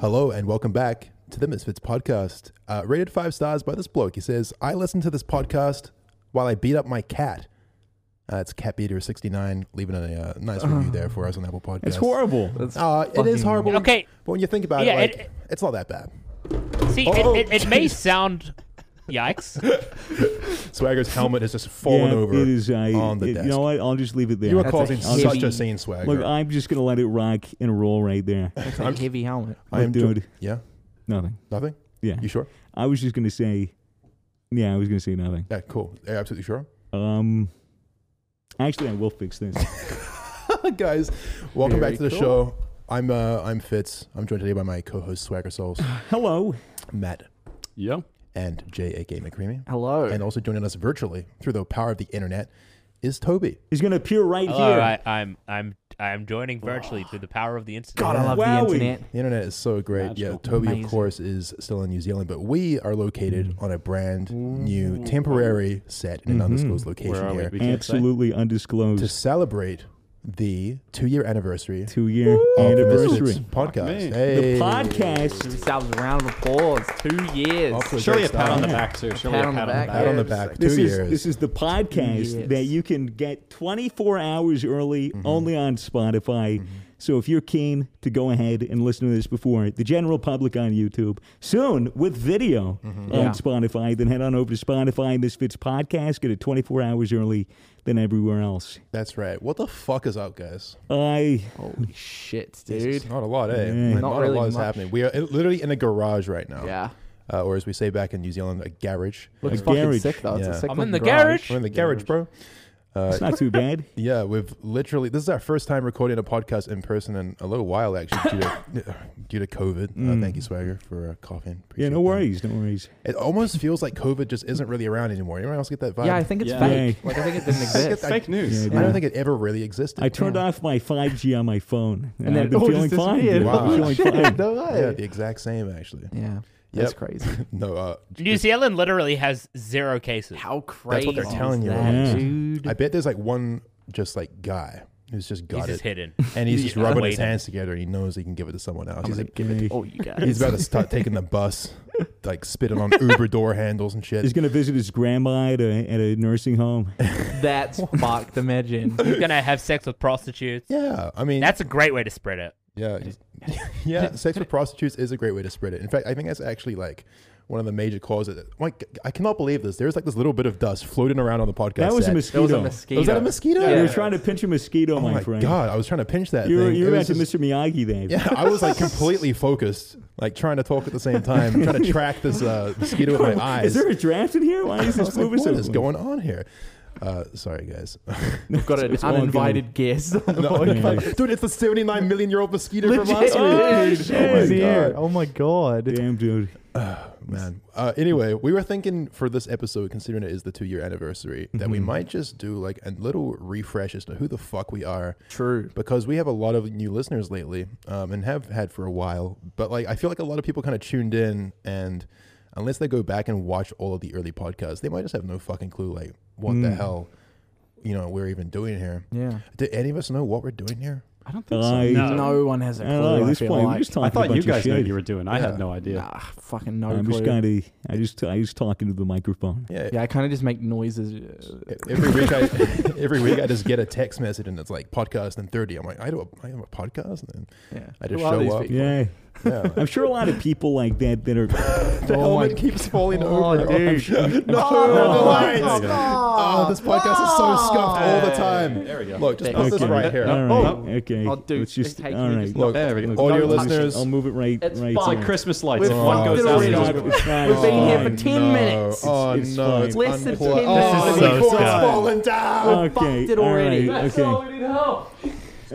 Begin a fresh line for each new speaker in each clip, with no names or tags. Hello and welcome back to the Misfits podcast. Uh, rated five stars by this bloke. He says, I listen to this podcast while I beat up my cat. Uh, it's Catbeater69, leaving a uh, nice review there for us on Apple Podcasts.
It's horrible.
Oh,
Uh, it is horrible.
Okay.
But when you think about
Yeah,
it, like,
it-
it's not that bad.
See,
Oh,
it, it, it may sound yikes.
Swagger's helmet has just fallen
Yeah,
over
it is, uh,
on the
it-
desk.
You know what? I'll just leave it there.
you are
That's a
causing
heavy-
such a scene, Swagger.
Look, I'm just gonna let it rock and roll right there.
That's a heavy helmet.
I am jo-
dude.
yeah,
nothing.
nothing.
Yeah.
You sure?
I was just gonna say. Yeah, I was gonna say nothing.
Yeah, cool. Are you absolutely sure,
Um. Actually, I will fix this.
guys. Welcome
Very
back to the
cool.
show. I'm uh, I'm Fitz. I'm joined today by my co-host Swagger Souls,
Hello.
Matt,
Yeah.
and J. A. K. McCreamy.
Hello.
And also joining us virtually through the power of the internet is Toby.
He's gonna appear right
Hello,
here.
I, I'm I'm I'm joining virtually through the power of the internet.
God, I love
Wowie.
the internet.
The internet is so great. yeah,
Absolutely
Toby,
amazing.
of course, is still in New Zealand, but we are located on a brand new temporary set in an undisclosed
Where
location
are we?
here
We can't say.
Absolutely
to
undisclosed.
celebrate the two-year anniversary
Two year
of the Misfits
anniversary.
me.
podcast.
The
Hey.
The podcast.
Yourselves a round of applause. Two years.
Off to a
Surely
great
a pat
start.
on the back too. Surely
Pat
a
on the
pat
back.
Pat on the
Yeah,
back. Two
This is
years.
this is the podcast
Yes.
that you can get 24 hours early
Mm-hmm.
only on Spotify. So if you're keen to go ahead and listen to this before the general public on YouTube, soon with video
Mm-hmm.
on
Yeah.
Spotify, then head on over to Spotify Misfits Podcast, get it 24 hours early than everywhere else.
That's right. What the fuck is up, guys?
I
Holy shit,
It's
dude.
not a lot, eh?
Yeah.
Not,
Not
a
really
lot is
much.
happening. We are literally in a garage right now.
Yeah.
Uh, or as we say back in New Zealand, a garage.
Looks
A
fucking
garage.
sick though. It's
Yeah.
a sick
I'm
looking
in the
garage.
garage.
We're in the garage, bro. Uh,
it's not too bad.
Yeah, we've literally this is our first time recording a podcast in person in a little while actually due to, due to COVID. Uh, thank you, Swagger, for uh, coughing.
Yeah,
Appreciate
no
that.
worries, no worries.
It almost feels like COVID just isn't really around anymore. Anyone else get that vibe?
Yeah, I think it's
Yeah.
fake. Like I think it didn't
I
exist.
get- I-
Fake news.
Yeah,
I don't
yeah.
think it ever really existed.
I turned off my 5G on my phone, and,
And then
I've been
oh,
it all
feeling
just
fine. dude.
disappeared.
Wow.
I'm feeling fine.
No
yeah,
way.
the exact same actually.
Yeah.
Yep.
That's crazy.
No, uh,
New Zealand literally has zero cases.
How
That's
crazy.
what they're telling
is
you,
that,
right? Yeah.
dude.
I bet there's like one just like guy who's just
He's
got
just
it,
hidden.
and he's just
Yeah.
rubbing his
Waiting.
hands together. and He knows he can give it to someone else. He's, like,
give it
Hey.
to all Oh, you guys.
he's about to start taking the bus, like spitting on Uber door handles and shit.
He's gonna visit his grandma at a, at a nursing home.
That's fucked. Imagine.
He's gonna have sex with prostitutes.
Yeah, I mean,
That's a great way to spread it.
yeah, yeah. Sex with prostitutes is a great way to spread it. In fact, I think that's actually like one of the major causes. Like, I cannot believe this. There's like this little bit of dust floating around on the podcast.
That was a
set.
That was a
mosquito.
mosquito.
Was that a mosquito?
Yeah.
You were trying to pinch a mosquito,
Oh
my,
my
friend.
god! I was trying to pinch that
You were,
thing.
you
It
were
was
at the
just-
Mr. Miyagi there.
Yeah, I was like completely focused, like trying to talk at the same time, trying to track this uh, mosquito with my eyes.
Is there a draft in here? Why is
I
this
was like,
moving
what
so
is going on here? Uh, sorry, guys.
We've got an
it's all good.
uninvited guest. on the
No,
podcast.
Dude, it's the 79 million year old mosquito from
Legit,
last week.
Oh,
dude.
shit.
It was here.
God.
Oh my god.
Damn, dude.
Man. Uh, anyway, we were thinking for this episode, considering it is the two year anniversary, that we might just do like a little refresh as to who the fuck we are.
True.
Because we have a lot of new listeners lately, um, and have had for a while. But like, I feel like a lot of people kind of tuned in, and unless they go back and watch all of the early podcasts, they might just have no fucking clue like what the hell, you know, we're even doing here.
Yeah.
Do any of us know what we're doing here?
I don't think so.
I,
No.
No one has a
I
clue.
don't know. At
I
this
feel
point,
like.
we're just
I
talking
thought
about
you guys knew
shit.
what you were doing. I
Yeah.
had no idea.
Nah, fucking no
I'm
clue.
just kind of. I just. I just talking to the microphone.
Yeah.
yeah, I kind of just make noises.
Every week, I every week I just get a text message and it's like podcast in thirty. I'm like, I do a, I have a podcast, and then
Yeah.
I just
Who are
show
these
up.
people?
Yeah.
Yeah.
I'm sure a lot of people like that that are.
The
Oh my
helmet keeps falling
Oh,
over.
dude.
No, the lights. Oh, this podcast is so scuffed all the time. There we
go.
Look, just put this
Okay.
right
All
here.
right.
Oh.
Okay.
Oh, dude,
Let's just.
hey, can
all
you
right.
just-
Look,
There we go.
audio
Don't touch
listeners.
I'll move it right.
It's
right.
It's
fine.
like
there.
Christmas lights.
It's
If one
fine.
goes out,
It's
the other
fine.
goes-
We've been here for 10
no.
minutes.
Oh
It's- it's
no,
fine.
it's
Less than
unplugged.
10
Oh,
minutes.
the
This is so
fort's
scuffed.
falling down.
Okay.
fucked it
all
already.
right,
That's
okay.
we need help.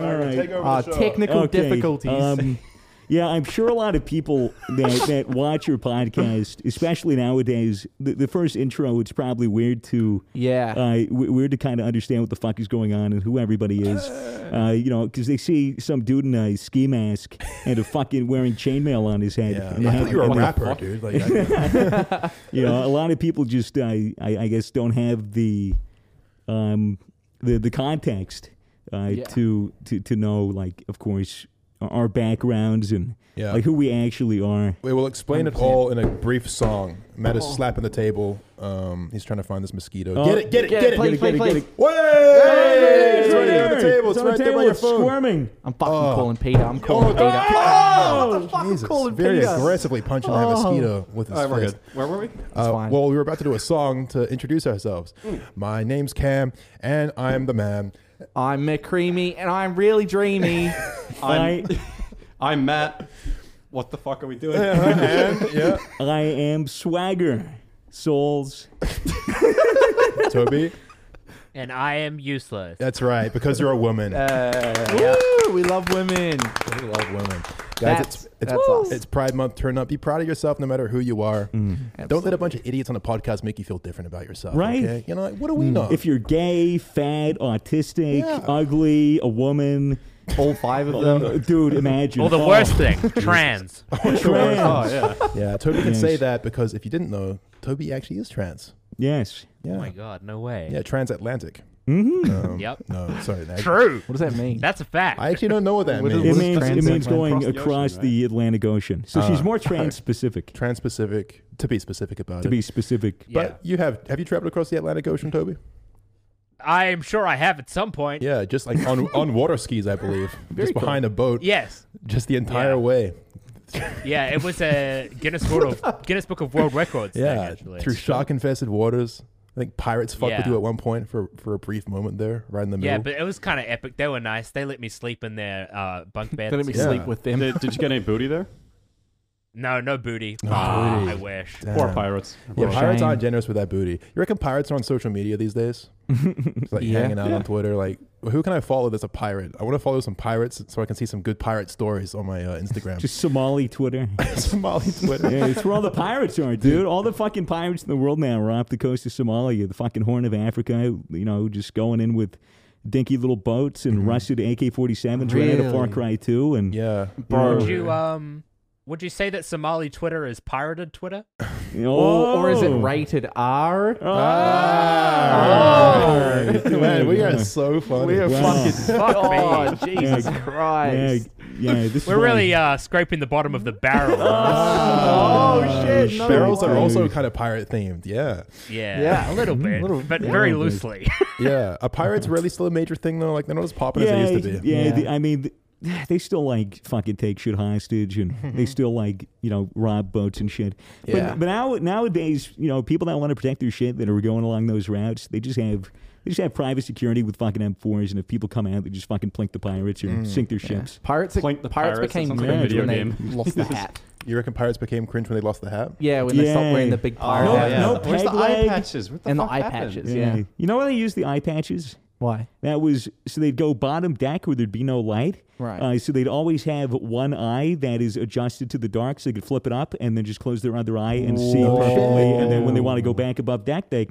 All right.
Uh, technical difficulties.
um, yeah, I'm sure a lot of people that, that watch your podcast, especially nowadays, the, the first intro, it's probably weird to
yeah.
uh, w- weird to kind of understand what the fuck is going on and who everybody is. Uh, you know, because they see some dude in a ski mask and a fucking wearing chainmail on his head.
Yeah,
and they
I
have-
thought you were a
and they-
rapper, dude. Like, I-
you know, a lot of people just, uh, I, I guess, don't have the, um, the the context uh,
Yeah.
to, to to know, like, of course, our backgrounds and
Yeah.
like who we actually are.
We will explain it all in a brief song. Matt
Oh.
is slapping the table. Um, he's trying to find this mosquito.
Oh.
get it, get it,
Get
get
it,
it.
play,
get it,
play,
get it,
play.
get it. Way! It's right there on the table. It's
on the
right there
table,
by your
it's
phone.
squirming.
I'm fucking
Oh.
calling Peter. I'm
Oh,
calling Peter.
God.
What the fuck? I'm
Jesus,
calling
very
Peter.
aggressively punching
Oh.
that mosquito with his
All right, we're
fist.
good. Where were we?
Uh,
fine.
Well, we were about to do a song to introduce ourselves.
Hmm.
My name's Cam, and I'm the man.
I'm McCreamy and I'm really dreamy.
I,
I'm, I'm Matt. What the fuck are we doing?
and yeah,
I am swagger. Souls.
Toby.
And I am useless.
That's right, because you're a woman.
Woo, we love women.
we love women, guys.
That's-
It's it's,
that's us.
it's Pride Month. Turn up. Be proud of yourself, no matter who you are. Don't let a bunch of idiots on a podcast make you feel different about yourself.
Right.
okay? Mm. You know, like, what do we know?
If you're gay, fat, autistic,
Yeah.
ugly, a woman,
All five of them.
uh, dude, imagine.
Well, the
Oh,
worst thing, trans.
trans.
Oh yeah.
yeah, Toby can
Yes.
say that because if you didn't know, Toby actually is trans.
Yes.
Yeah.
Oh my god, no way.
yeah, transatlantic.
Mm-hmm.
Um,
Yep.
No, sorry. that-
True.
What does that mean?
That's a fact.
I actually don't know what that
What is-
means.
It
what is
means, it
transit
means
plan?
going
Across the
across
ocean,
the Atlantic Ocean. So she's more trans specific,
Trans-Pacific. To be specific about
to
it.
be specific.
yeah.
But you have have you traveled across the Atlantic Ocean, Toby?
I am sure I have at some point.
Yeah, just like on on water skis, I believe. just behind a boat.
Yes.
Just the entire
Yeah.
way.
Yeah, it was a Guinness World of, Guinness Book of World Records thing
Yeah.
actually.
Through shark infested waters. I think pirates fucked with
Yeah.
you at one point for, for a brief moment there, right in the middle.
yeah, but it was kind of epic. They were nice. They let me sleep in their uh, bunk beds.
Let me
Yeah.
sleep with them.
Did, did you get any booty there?
No, no booty.
Ah.
I wish.
Damn.
Poor pirates.
Yeah, pirates
Shame.
aren't generous with that booty. You reckon pirates are on social media these days? It's like
Yeah.
hanging out on Twitter, like who can I follow that's a pirate? I want to follow some pirates so I can see some good pirate stories on my uh, Instagram.
Just Somali Twitter.
Somali Twitter.
yeah, it's where all the pirates are, dude. All the fucking pirates in the world now are off the coast of Somalia, the fucking Horn of Africa, you know, just going in with dinky little boats and rusted AK 47s right out of Far
Really?
Cry 2. And Oh.
Yeah.
Bro.
Would you um? Would you say that Somali Twitter is pirated Twitter?
Or, or is it
Oh.
rated R?
Oh.
Oh. Man, we are so funny.
We are
Wow.
fucking.
Fuck
Oh,
me.
Jesus
Yeah. Yeah,
Christ.
yeah, this is
We're
why-
really uh, scraping the bottom of the barrel.
Ah. Oh, shit. No
Barrels
way.
are also kind of pirate themed. Yeah.
yeah,
Yeah.
a little bit, but very loosely.
Yeah. Are pirates really still a major thing, though? Like, they're not as popular
yeah,
as they used to be.
Yeah,
Yeah.
the- I mean, th- they still like fucking take shit hostage, and they still like you know rob boats and shit. But,
Yeah.
but now nowadays, you know, people that want to protect their shit that are going along those routes, they just have they just have private security with fucking M4s, and if people come out, they just fucking plink the pirates or
Mm.
sink their ships.
Pirates,
Plink the
pirates
Pirates, that
became
sounds like
a
cringe
video
when
game.
they lost the hat.
You reckon pirates became cringe when they lost the hat?
Yeah, Oh, when they stopped wearing the big pirate
No-
hat.
no
Where's the
peg
eye
leg
patches? What the
And the
fuck
eye
happened?
patches. Yeah.
you know why they use the eye patches?
Why?
That was so they'd go bottom deck where there'd be no light.
Right.
Uh, so they'd always have one eye that is adjusted to the dark, so they could flip it up and then just close their other eye and see
Whoa.
perfectly. And then when they want to go back above deck, they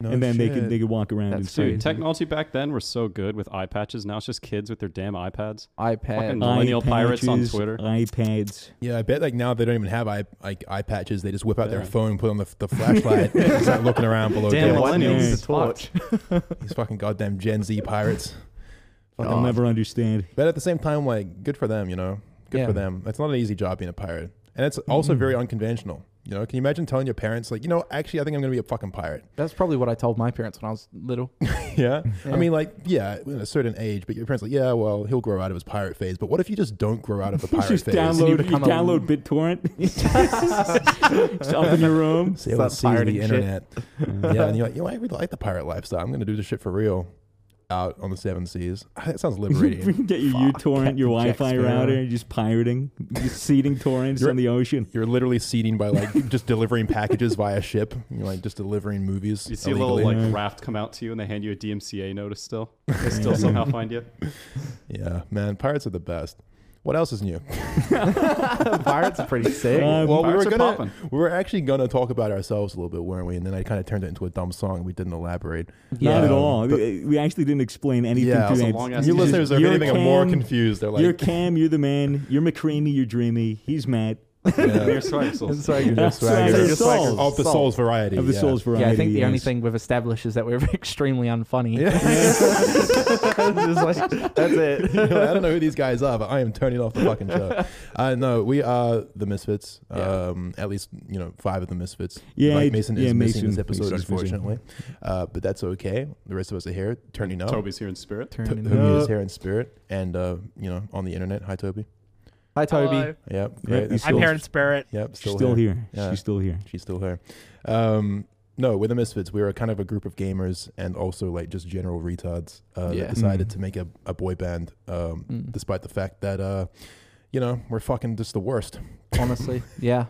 No
and then they
shit.
could they could walk around
That's
and see.
Dude, technology back then was so good with eye patches. Now it's just kids with their damn iPads.
iPad.
Fucking- millennial
Eye
pirates on
patches,
Twitter.
iPads.
Yeah, I bet, like, now they don't even have eye, like, eye patches. They just whip out their phone and put on the, the flashlight and start looking around below
Damn
deck.
millennials.
the
Yeah.
torch.
These fucking goddamn Gen Z pirates. Fucking
I'll never understand.
But at the same time, like, good for them, you know? Good
Yeah.
for them. It's not an easy job being a pirate. And it's
Mm-hmm.
also very unconventional. You know, can you imagine telling your parents, like, you know, actually, I think I'm going to be a fucking pirate?
That's probably what I told my parents when I was little.
yeah?
Yeah.
I mean, like, yeah, in a certain age, but your parents, like, yeah, well, he'll grow out of his pirate phase. But what if you just don't grow out of the pirate
Just
phase?
download you,
become a-
download BitTorrent. It's up in your room.
Say, let's seize
Stop
the
pirating shit.
internet. yeah, and you're like, you know, I really like the pirate lifestyle. I'm going to do this shit for real out on the seven seas. That sounds liberating.
Get your uTorrent, your
Jack
Wi-Fi
Sparrow.
router, just pirating, just seeding torrents
You're-
on the ocean.
You're literally seating by like just delivering packages via ship. You're like just delivering movies.
You see a
illegally.
little
Yeah.
like raft come out to you, and they hand you a DMCA notice. Still, they still somehow find you.
Yeah, man, pirates are the best. What else is new?
pirates are pretty sick.
Um,
well, we
Pirates
were
are
gonna,
poppin'.
we were actually gonna talk about ourselves a little bit, weren't we? And then I kind of turned it into a dumb song. and We didn't elaborate.
Not at
Um,
all.
but-
we we actually didn't explain anything
yeah,
to
it's a
it.
long-ass- Yes,
new
you
listeners, if
just- you're
anything, are more
Cam-
confused. They're
you're
like,
Cam, you're the man. You're McCreamy, you're Dreamy. He's Matt.
Mere swag sauce.
Yeah,
Swagger.
Swagger. Souls.
Of the Souls variety.
of the
yeah.
Souls variety.
I think the only
yes.
thing we've established is that we're extremely unfunny. Just like, that's it.
You know, I don't know who these guys are, but I am turning off the fucking show. Uh, no, we are the Misfits. Um, at least you know five of the Misfits.
Yeah,
Mike
it-
Mason
yeah,
is missing
Mason-
this episode,
Mason's missing.
unfortunately, uh, but that's okay. The rest of us are here, turning up.
Toby's here in spirit.
T-
Turning
Toby
up.
is here in spirit, and uh, you know on the internet. Hi, Toby.
Hi, Toby.
Hello.
Yep,
he's
great. That's
I'm
Still-
cool.
here in spirit.
Yep,
She's
still,
still
here.
here.
Yeah.
She's still here.
She's still here. Um, no, we're the Misfits. We were kind of a group of gamers and also like just general retards uh,
Yeah.
that decided
Mm.
to make a, a boy band, um,
Mm-hmm.
Mm.
despite the fact that, uh, you know, we're fucking just the worst.
Honestly, yeah.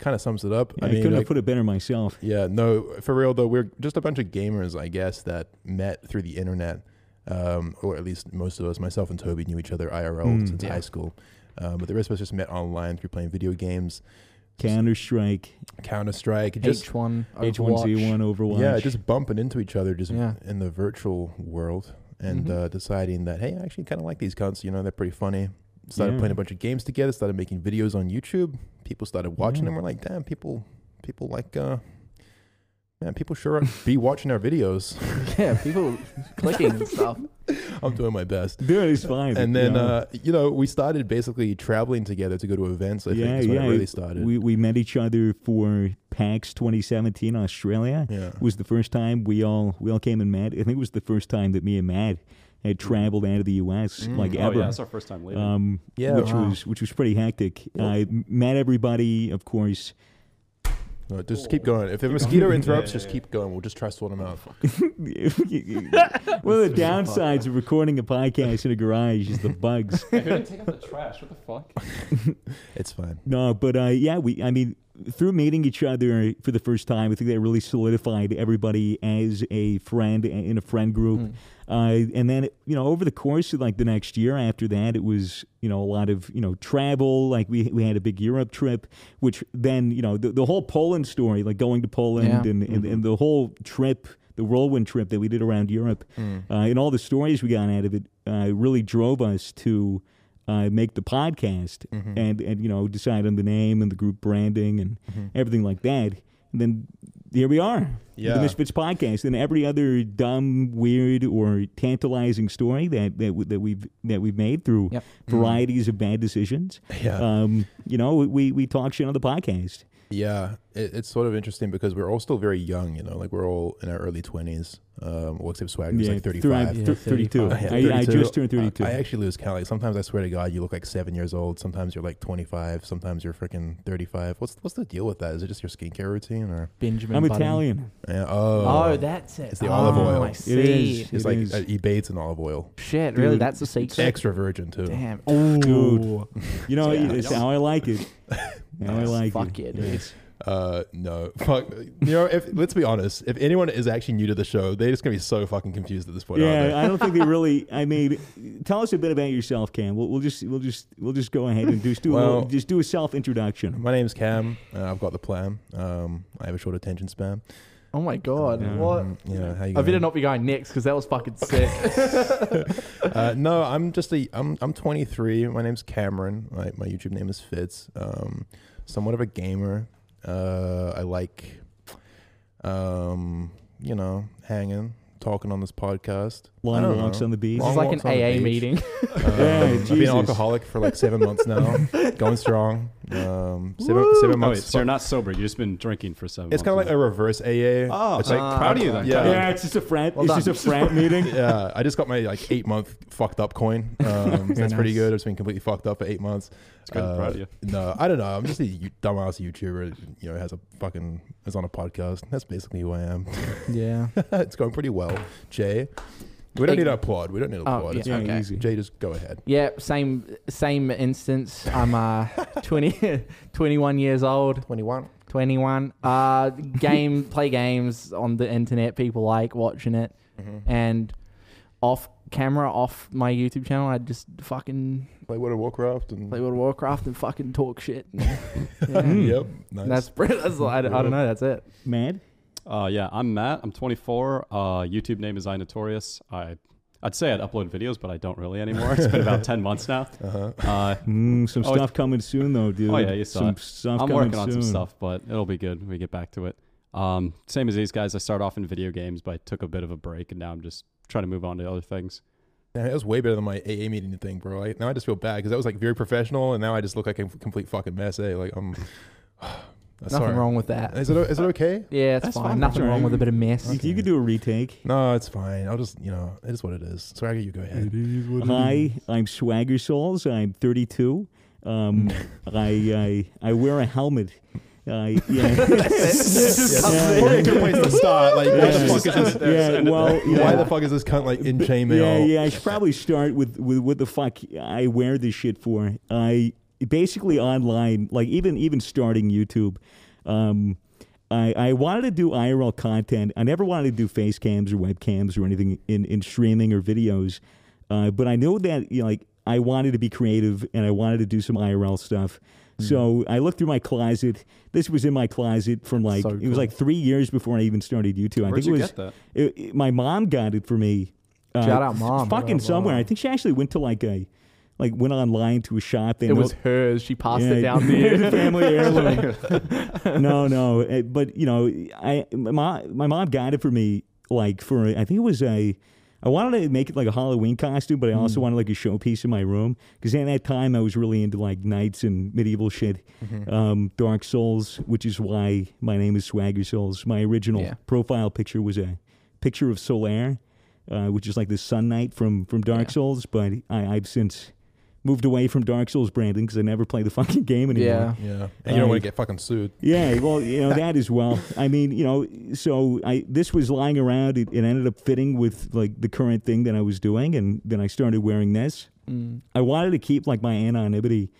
Kind of sums it up.
Yeah, I,
I mean,
couldn't
like,
have put it better myself.
yeah, no, for real though, we're just a bunch of gamers, I guess, that met through the internet, um, or at least most of us, myself and Toby, knew each other IRL
Mm.
since
Yeah.
high school. Um, but the rest of us just met online through playing video games,
Counter Strike,
Counter Strike, just
H1,
H one Z one, Overwatch.
Yeah, just bumping into each other just
Yeah.
in the virtual world and
Mhm.
uh, deciding that, hey, I actually kind of like these cunts. You know, they're pretty funny. Started
Yeah.
playing a bunch of games together, started making videos on YouTube. People started watching
Yeah.
them. We're like, damn, people, people like, uh, man, people sure are be watching our videos.
Yeah, people clicking and stuff.
I'm doing my best.
dude, it's fine.
And then,
you know.
uh, you know, we started basically traveling together to go to events. I
Yeah,
think is when
yeah,
it really started.
we we met each other for PAX 2017 Australia.
yeah.
was the first time we all we all came and met. I think it was the first time that me and Matt had traveled out of the U.S.
Mm.
like
Oh,
Oh,
ever.
yeah, that's our first time leaving.
um,
Yeah.
which
Wow.
was which was pretty hectic.
Yeah.
I met everybody, of course.
No, just keep going. If a mosquito interrupts,
Yeah,
just
yeah,
keep going. We'll just try to sort them out.
One of the downsides of recording a podcast in a garage is the bugs.
Hey, who didn't take out the trash? What the fuck?
It's fine.
No, but uh, yeah, we. I mean, through meeting each other for the first time, I think that really solidified everybody as a friend a- in a friend group. Uh, and then, you know, over the course of like the next year after that, it was you know a lot of you know travel. Like we we had a big Europe trip, which then you know the, the whole Poland story, like going to Poland
Yeah.
and, and and the whole trip. The whirlwind trip that we did around Europe, uh, and all the stories we got out of it, uh, really drove us to uh, make the podcast and and you know decide on the name and the group branding and everything like that. And then here we are,
Yeah.
the Misfits podcast, and every other dumb, weird, or tantalizing story that that, we- that we've that we've made through
Yep.
varieties of bad decisions.
Yeah.
Um, you know, we we talk shit on the podcast.
Yeah, it, it's sort of interesting because we're all still very young, you know, like we're all in our early 20s. Um, well, except Swag is like 35.
Yeah,
thir- 32.
35.
Yeah,
I, I
32.
just turned 32.
I, I actually lose count. Like sometimes I swear to God, you look like seven years old. Sometimes you're like 25. Sometimes you're freaking 35. What's what's the deal with that? Is it just your skincare routine or?
Benjamin.
am
Button.
Italian.
Yeah, oh,
Oh, that's it.
It's the
oh,
olive oil.
I
It
It
see.
is.
it's
it
like
is.
uh, he bathes in olive oil.
Shit, really?
Dude.
That's the secret.
Extra virgin too.
Damn.
Dude. you know,
Yeah.
it's how I like it. How I like
Fuck it.
it.
dude.
Uh, no, fuck. You know, if let's be honest, if anyone is actually new to the show, they're just gonna be so fucking confused at this point. aren't they?
Yeah, I don't think they really. I mean, tell us a bit about yourself, Cam. We'll, we'll just we'll just we'll just go ahead and just do a
Well-
little, just do a self introduction.
My name's Cam. Uh, I've got the plan. Um, I have a short attention span.
Oh my god.
Yeah.
What?
Mm, yeah, how you
I better
gonna-
not be going next because that was fucking sick.
Uh, no, I'm just a. I'm I'm 23. My name's Cameron. My my YouTube name is Fitz. Um, somewhat of a gamer. Uh, I like, um, you know, hanging, talking on this podcast. I
Long
don't
walks
know.
on the beach.
this is
Long
like an
walks on the
AA
beach.
meeting.
Um,
Yeah,
I've been an
Jesus.
alcoholic for like seven months now. Going strong. Um, seven, seven
Oh,
months.
wait, so you're not sober. You've just been drinking for seven
it's kind of like a reverse AA.
Oh,
it's
uh,
like
proud of you then.
Yeah.
yeah, it's just a frat.
Well
it's
done.
just a frat meeting.
yeah, I just got my like eight month fucked up coin. Um, so that's pretty
nice.
good. I've just been completely fucked up for eight months. Uh,
It's good. I'm proud of you.
No, I don't know. I'm just a you- dumbass YouTuber. You know, has a fucking is on a podcast. That's basically who I am.
Yeah.
it's going pretty well. Jay, we don't
Hey.
need an applaud. We don't need an
Oh,
applaud.
yeah.
It's
Yeah,
Okay.
easy.
Jay, just go ahead.
Yeah, same same instance. I'm uh 20, 21 years old,
Twenty one.
21. Uh game play games on the internet, people like watching it. And off camera, off my YouTube channel, I just fucking
Play World of Warcraft and
play World of Warcraft and fucking talk shit.
Mm.
yep. Nice.
That's, that's I, don't- I don't know, that's it.
Mad.
Uh, yeah, I'm Matt. I'm 24. Uh, YouTube name is I Notorious. I I'd say I'd upload videos, but I don't really anymore. It's been about ten months now. Uh,
Mm, some
Oh,
stuff coming soon though, dude.
Oh, yeah, you saw
some
it.
stuff
I'm
coming
working on some
soon.
stuff, but it'll be good when we get back to it. Um, same as these guys, I start off in video games, but I took a bit of a break, and now I'm just trying to move on to other things.
Damn, that was way better than my AA meeting thing, bro. I, now I just feel bad because that was like very professional, and now I just look like a complete fucking mess. Eh? Like I'm.
Nothing wrong with that.
Is it is it okay?
Yeah, it's
That's
fine.
fine, that's
Nothing wrong
right.
with a bit of mess.
If you could do a retake.
No, it's fine. I'll just you know it is what it is. Sorry, you go ahead.
Hi, I'm Swagger Souls. I'm 32. Um, I, I I wear a helmet. I yeah.
Yeah, what a good place to start. Like, why the fuck is this?
yeah, well,
Why
yeah.
the fuck is this cunt like in chainmail?
Yeah, yeah. I should probably start with, with what the fuck I wear this shit for. I basically online, like even even starting YouTube. Um, I, I wanted to do IRL content. I never wanted to do face cams or webcams or anything in, in streaming or videos. Uh, but I know that you know, like I wanted to be creative and I wanted to do some IRL stuff. So I looked through my closet. This was in my closet from like
So
it was
cool.
like three years before I even started YouTube. I
Where'd
think
you
it was
get that?
it, it- my mom got it for me. Uh,
Shout out,
f-
Mom.
Fucking
Shout out,
somewhere.
Mom.
I think she actually went to like a, like went online to a shop. And
It was hers. She passed it down to you.
family heirloom. no, no, eh, but you know, I my my mom got it for me. Like for I think it was a. I wanted to make it like a Halloween costume, but I also
Mm.
wanted like a showpiece in my room because at that time I was really into like knights and medieval shit,
Mm-hmm.
um, Dark Souls, which is why my name is Swagger Souls. My original
Yeah.
profile picture was a picture of Solaire, uh, which is like the Sun Knight from from Dark Souls, but I, I've since moved away from Dark Souls branding because I never play the fucking game anymore.
Yeah.
Yeah. Um, And you don't want to get fucking sued.
Yeah, well, you know that as well. I mean, you know, so I this was lying around. It, it ended up fitting with like the current thing that I was doing, and then I started wearing this.
Mm,
I wanted to keep like my anonymity,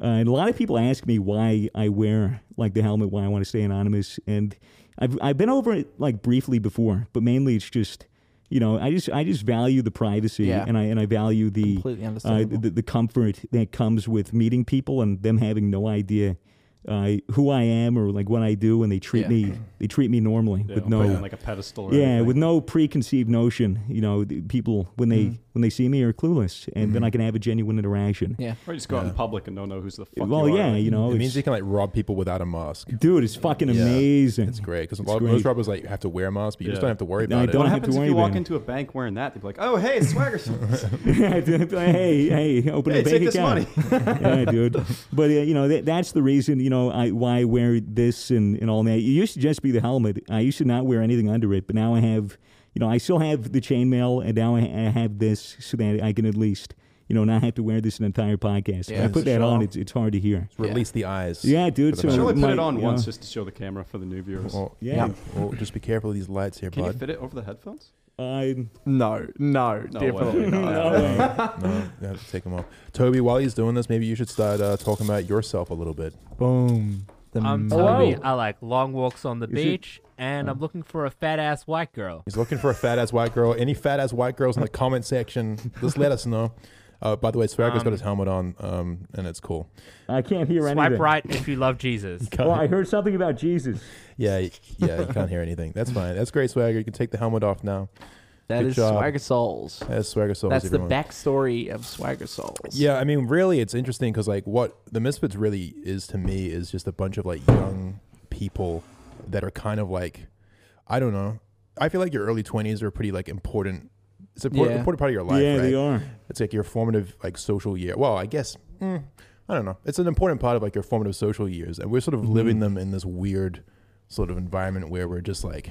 uh, and a lot of people ask me why I wear like the helmet, why I want to stay anonymous, and I've I've been over it like briefly before, but mainly it's just. You know, I just I just value the privacy,
Yeah.
and I and I value the
Completely
uh,
understandable.
the, the comfort that comes with meeting people and them having no idea uh, who I am or like what I do, and they treat
Yeah.
me they treat me normally
Yeah,
with
I'll put it
no
on, like a pedestal. Or
yeah
anything.
with no preconceived notion. You know, the people when they when they see me are clueless, and then I can have a genuine interaction.
Yeah.
or you just go out in public and don't know who's the fuck.
Well,
you are.
yeah, you know,
It means
it's-
you can like rob people without a mask.
dude, it's fucking
Yeah.
amazing.
It's great because
It's
most
great.
robbers like have to wear masks, but you just
Yeah.
don't have to worry
No, I
about
don't
What
it.
have to
happens if
worry
you walk
about it.
into a bank wearing that? They'd be like, "Oh, hey, swagger."
hey, hey, open
Hey,
a bank
take this
account. yeah, dude. But uh, you know that, that's the reason you know I why I wear this and and all that. It used to just be the helmet. I used to not wear anything under it, but now I have you know I still have the chainmail, and now I, I have this so that I can at least you know not have to wear this an entire podcast.
Yeah,
I put
for
that
sure.
on, it's it's hard to hear.
Release the eyes.
Yeah, dude. Oh,
For the
So
Should only put
my-
it on
you
once
know,
just to show the camera for the new viewers.
Well,
Yeah.
yeah. Well, just be careful of these lights here,
Can you
bud.
fit it over the headphones?
I'm-
No, no,
No
definitely
way.
not.
No.
no, you have to take them off. Toby, while he's doing this, maybe you should start uh, talking about yourself a little bit.
Boom. The
I'm
moment.
Toby. I like long walks on the
it-
beach, and I'm looking for a fat ass white girl.
He's looking for a fat ass white girl. Any fat ass white girls in the comment section, just let us know. Uh, by the way, Swagger's got his helmet on, um, and it's cool.
I can't hear anything.
Swipe right if you love Jesus.
Well, I heard something about Jesus.
Yeah, y- yeah, you can't hear anything. That's fine. That's great, Swagger. You can take the helmet off now.
That
Good
is
job.
Swagger Souls.
That's Swagger Souls.
That's the
everyone.
backstory of Swagger Souls.
Yeah, I mean, really, it's interesting because like what the Misfits really is to me is just a bunch of like young people that are kind of like, I don't know. I feel like your early twenties are pretty like important. It's an important,
Yeah.
important part of your life.
yeah,
right?
they are.
It's like your formative like social year. Well, I guess mm, I don't know. It's an important part of like your formative social years, and we're sort of
Mm-hmm.
living them in this weird sort of environment where we're just like.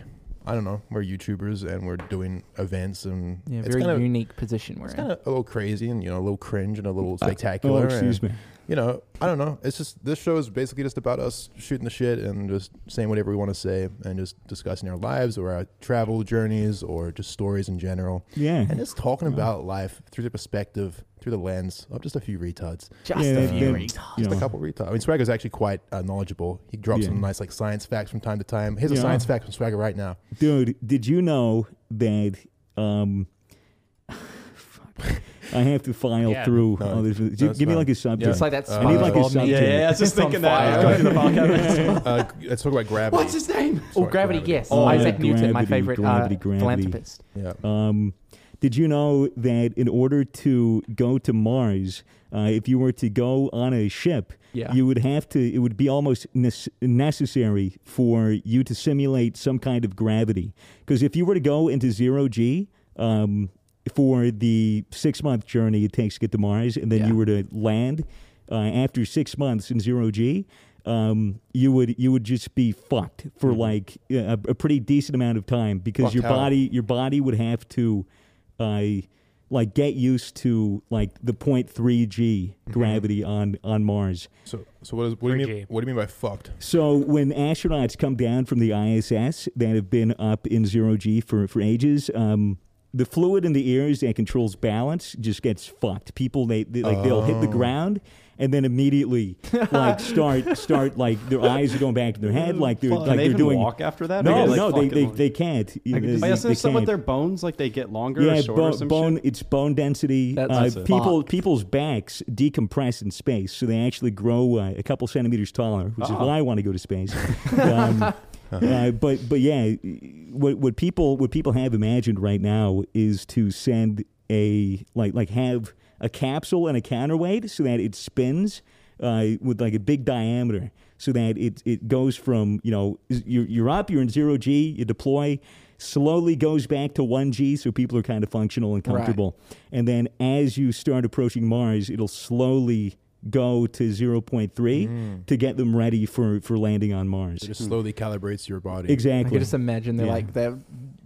I don't know. We're YouTubers and we're doing events and
Yeah,
it's
very
kind of
unique position we're
it's
in.
kind of a little crazy and you know a little cringe and a little
Oh,
spectacular.
excuse
and,
me.
You know, I don't know. It's just this show is basically just about us shooting the shit and just saying whatever we want to say and just discussing our lives or our travel journeys or just stories in general
Yeah.
and just talking about life through the perspective, through the lens of just a few retards.
Just
yeah,
a
that-
few
that-
retards.
you
Just a
know.
couple retards. I mean, Swagger's actually quite uh, knowledgeable. He drops
Yeah.
some nice like science facts from time to time. Here's a
Yeah.
science fact from Swagger right now.
Dude, did you know that um fuck. I have to file
Yeah.
through
No,
all this. Give
it's
me
fine.
like a subject.
It's like that
I need, like,
a
SpongeBob
subject.
meme.
Yeah,
I was just
It's on
thinking that. I was
fire.
going through the podcast.
Uh, g- let's talk about gravity.
What's his name?
Oh,
Sorry,
gravity, yes.
Oh,
Isaac Newton, my
Gravity,
favorite
Gravity,
uh,
Gravity.
philanthropist.
Yeah.
Um, Did you know that in order to go to Mars, uh, if you were to go on a ship,
Yeah.
you would have to, it would be almost nes- necessary for you to simulate some kind of gravity. Because if you were to go into zero G, um, for the six month journey it takes to get to Mars, and then
Yeah.
you were to land uh, after six months in zero G, um, you would you would just be fucked for
Mm-hmm.
like a, a pretty decent amount of time because
Fucked
your
how?
body your body would have to, uh, like get used to like the 0.3 G
Mm-hmm.
gravity on on Mars.
So, so what, is, what do you mean?
3G.
What do you mean by fucked?
So when astronauts come down from the ISS that have been up in zero G for, for ages, um, the fluid in the ears that controls balance just gets fucked. People they, they like they'll hit the
Oh.
ground and then immediately like start start like their eyes are going back to their head like they're
Can
like
they
they're
even
doing
walk after that?
no
Or
no
like Oh,
they, they,
fucking-
they can't You know,
But
they-
isn't there
they
something with
can't.
their bones? Like they get longer
Yeah,
or shorter
bo-
or some
bone.
shit?
It's bone density.
That's
Uh,
fucked.
people people's backs decompress in space, so they actually grow uh, a couple centimeters taller, which is
Ah.
why I want to go to space. um,
Uh-huh.
uh, but but yeah, what what people what people have imagined right now is to send a like like have a capsule and a counterweight so that it spins uh, with like a big diameter so that it, it goes from you know is- you're, you're up you're in zero g you deploy slowly goes back to one g so people are kind of functional and
Right.
comfortable and then as you start approaching mars it'll slowly go to 0.3
Mm.
to get them ready for for landing on mars
It just slowly calibrates your body.
I
exactly
can just imagine they're
Yeah.
like they're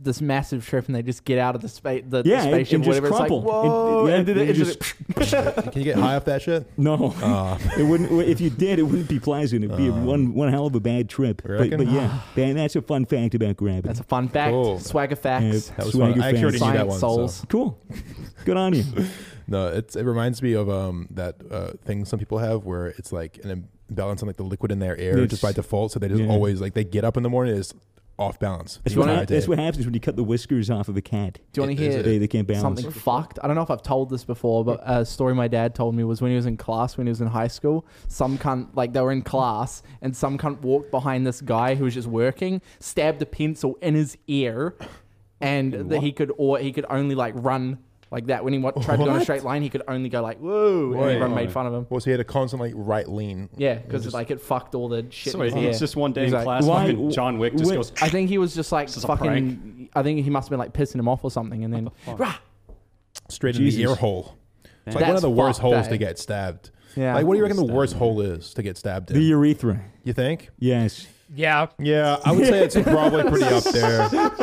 this massive trip and they just get out of the space the, the
Yeah, and-
spaceship
and just
whatever it's like
crumple.
whoa
And- yeah,
and then it-
and
it
just-
just-
Can you get high off that shit?
no
Uh,
it wouldn't. If you did, it wouldn't be pleasant. It'd be
Um,
one one hell of a bad trip. But,
reckon?
but yeah, that, that's a fun fact about gravity.
that's a fun fact
Cool.
swagger facts
Yeah,
that was
Swagger
fun. I actually already
fans.
knew that
Science
one.
souls.
so-
cool. Good on you.
No, it's, it reminds me of um that uh, thing some people have where it's like an imbalance on like the liquid in their air just
It's-
by default. So they just
yeah.
always like they get up in the morning it's off balance. the
That's what,
entire
hap-
day.
that's what happens when you cut the whiskers off of a cat.
do you want
It-
to
is
hear
it-
They, they can't balance.
something fucked. I don't know if I've told this before, but a story my dad told me was when he was in class, when he was in high school, some cunt, like they were in class, and some cunt walked behind this guy who was just working, stabbed a pencil in his ear, and that he could or he could only like run like that when he wa- tried to go in a
What?
straight line, he could only go like whoa, and
Wait.
everyone made fun of him.
Well, so he had a constant like right lean.
Yeah, because like it fucked all the shit. in
So
his
it's
ear.
just one day
He's
in
like,
class,
why-
fucking John Wick just
wh-
goes.
I think he was just like
This is a
fucking. I think he must have been like pissing him off or something, and then rah,
straight in
Jesus.
the ear hole. It's like
That's
one of the worst
fucked,
holes
eh?
to get stabbed.
Yeah.
Like, what do you reckon the
Stabbed.
worst hole is to get stabbed in?
The urethra.
you think?
Yes.
Yeah.
Yeah, I would say it's probably pretty up there.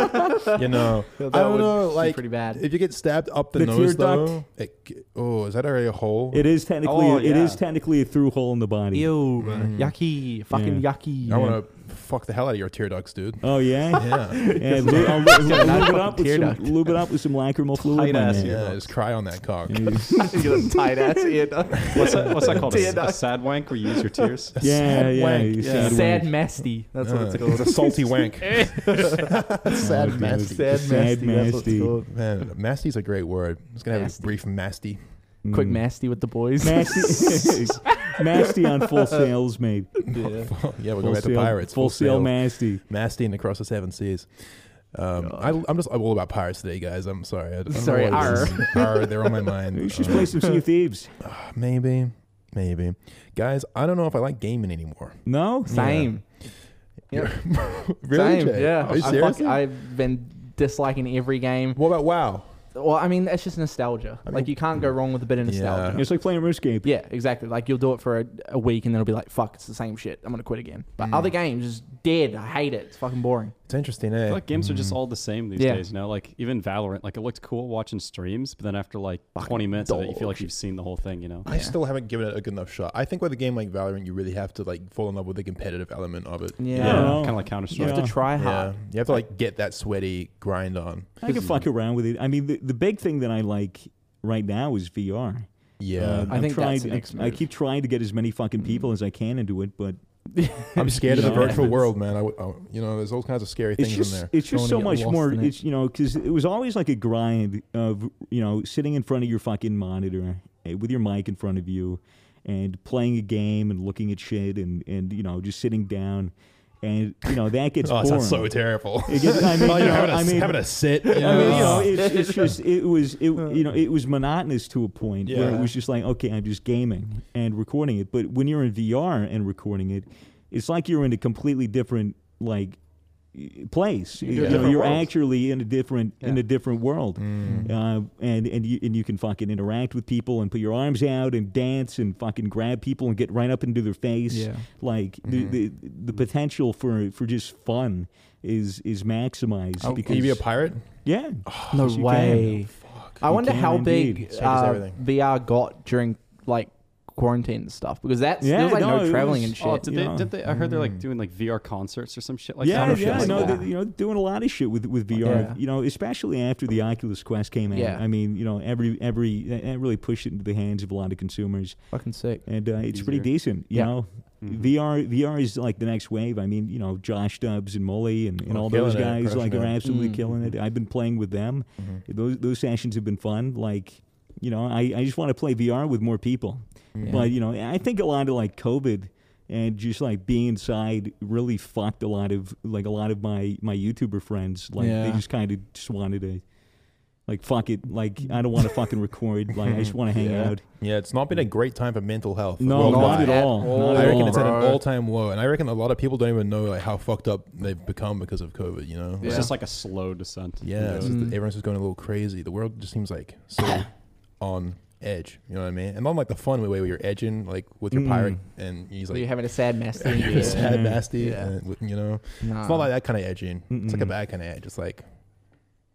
You know,
That
I don't
would
know.
be
Like,
pretty bad.
if you get stabbed up the,
The tear
nose, though, it, c- oh, is that already a hole?
It is technically
Oh,
it
yeah.
is technically a through hole in the body.
ew, yucky, fucking
Yeah.
yucky.
I want to fuck the hell out of your tear ducts, dude.
Oh yeah.
Yeah,
yeah lu- I'll lu- lube,
fucking
it up with
tear
some,
duct.
lube it up with some lacrimal fluid.
Tight
my
ass
man.
yeah, just cry on that cock.
tight ass
What's that, what's that called?
Tear
A,
duct.
a sad wank where you use your tears?
Yeah, yeah,
wank.
you
Yeah.
said
Sad
wank.
masty. That's what
Uh,
it's
it
called.
was a salty wank.
Oh,
Sad
dude.
masty.
Sad
Sad
masty.
masty.
Man, masty's a great word. I'm just gonna have a
Masty.
brief masty.
Quick
Mm.
masty with the boys.
Masty, Masty on full sales, mate.
yeah, we'll
Full
go back to
sail-
pirates.
Full, sail,
sail.
Masty.
Masty and across the seven seas. Um, I, I'm just all about pirates today, guys. I'm sorry. I, I don't know
Sorry,
what it is. Arr, they're on my mind.
You should
Um,
play some Sea of Thieves.
Maybe, maybe, guys. I don't know if I like gaming anymore.
No,
Same. Yep.
Really,
Same.
Jay?
Yeah.
Are you
I
serious?
have been disliking every game.
what about WoW?
Well, I mean, that's just nostalgia. like you can't go wrong with a bit of nostalgia.
it's like playing RuneScape.
Yeah, exactly. Like you'll do it for a, a week and then it'll be like, fuck, it's the same shit. I'm gonna quit again. But other games is dead. I hate it. It's fucking boring.
It's interesting, eh?
I feel like games are just all the same these
Yeah.
days. You know, like even Valorant, like it looked cool watching streams, but then after like 20 minutes of it, you feel like you've seen the whole thing. You know,
I still haven't given it a good enough shot. I think with a game like Valorant, you really have to like fall in love with the competitive element of it.
Yeah.
I don't know.
kind of like Counter
You
Strike.
have to try hard.
Yeah, you have to like get that sweaty grind on.
I can fuck around with it. I mean, the, the big thing that I like right now is VR.
Yeah, Mm.
Uh,
I
I'm
think that's
trying-
the
I-
next
I,
move.
keep trying to get as many fucking people as I can into it, but
I'm scared of the
Yeah.
virtual world, man. I, would- I would- you know, there's all kinds of scary
it's
things
just
in there.
it's just
Don't
so
get
much
lost
more.
in it.
It's you know because it was always like a grind of you know sitting in front of your fucking monitor eh, with your mic in front of you and playing a game and looking at shit and and you know just sitting down. and you know that gets
Oh, it
boring.
sounds so terrible.
It gets- I mean,
Oh,
you
you're
know,
having a,
I mean-
having a sit.
I mean, you
Yeah.
know, it's, it's just it was it you know it was monotonous to a point where it
Yeah.
was just like okay, I'm just gaming and recording it. But when you're in VR and recording it, it's like you're in a completely different like y- place. You know,
different Mm.
you're
worlds.
actually in a different in
Yeah.
a different world, uh, and and you and you can fucking interact with people and put your arms out and dance and fucking grab people and get right up into their face.
Yeah.
Like
Mm-hmm.
the, the the potential for for just fun is is maximized
Can
because
you be Oh, a pirate?
yeah.
No
Yes, you can.
way. I
You
wonder
can
how
indeed.
big
Changes
uh,
everything.
VR got during like quarantine and stuff because that's
Yeah,
there's like
no,
no,
it
traveling
was-
and shit.
Oh, did
you
they,
know.
did they? I heard they're like doing like VR concerts or some shit like
yeah,
that.
yeah,
like
no,
that.
they- you know, doing a lot of shit with with VR.
Yeah.
You know, especially after the Oculus Quest came out.
Yeah.
I mean, you know, every every that that really pushed it into the hands of a lot of consumers,
Fucking sick.
and uh, it's pretty
Easier.
decent. You
Yeah.
know,
Mm-hmm.
VR VR is like the next wave. I mean, you know, Josh Dubs and Mully and, and
Oh,
all those
killing it,
guys like
crushing
are
it. Mm-hmm.
absolutely
Mm.
killing it. I've been playing with them. Those those sessions have been fun. Like. You know, I, I just want to play VR with more people. But you know, I think a lot of like COVID and just like being inside really fucked a lot of like a lot of my my YouTuber friends. Like they
Yeah.
just kind of just wanted to like fuck it. Like I don't want to fucking record. Like I just want to hang
Yeah.
out.
Yeah, it's not been a great time for mental health.
No, not
worldwide.
at all.
all.
Not
I
at
reckon
all.
it's at an
Bro.
all-time low, and I reckon a lot of people don't even know like how fucked up they've become because of COVID. You know,
It's
Like,
Yeah.
just like a slow descent.
yeah, it's just
Mm.
that everyone's just going a little crazy. The world just seems like so on edge. You know what I mean? And not like the fun way where you're edging, like with your
Mm.
pirate, and he's
So
like
you're having a sad mess.
"You're
yeah.
sad,
Yeah.
nasty.
Yeah.
and with- you know,
Nah,
it's not like that kind of edging. It's like a
Mm-mm.
bad kind of edge. It's like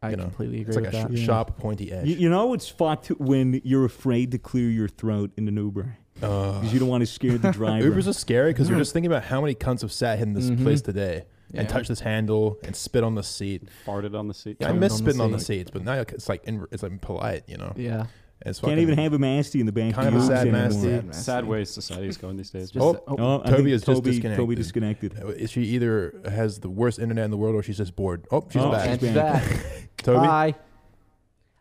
I
you know,
completely agree
it's like
with
a
that.
sh- sharp, pointy edge.
You, you know it's fucked when you're afraid to clear your throat in an Uber
Ugh.
because you don't want to scare the driver.
Uh, Ubers are scary because we're just thinking about how many cunts have sat in this
Mhm.
place today
Yeah.
and touched this handle and spit on the seat.
Farted on the seat.
Yeah, I
Tongued
miss
on the
spitting on the
seat.
seats, but now it's like in, it's like polite, you know.
yeah.
It's
Can't even have a masty in the back.
kind
of
of a
the Ubers
sad
anymore.
nasty.
Sad
Sad
nasty.
ways society is going these days.
It's just,
Oh.
oh,
Oh, I
Toby
think
is just
Toby, Toby
disconnected.
disconnected.
Uh, She either has the worst internet in the world or she's just bored. Oh, she's
Oh,
back.
she's
that's that.
Toby.
Bye.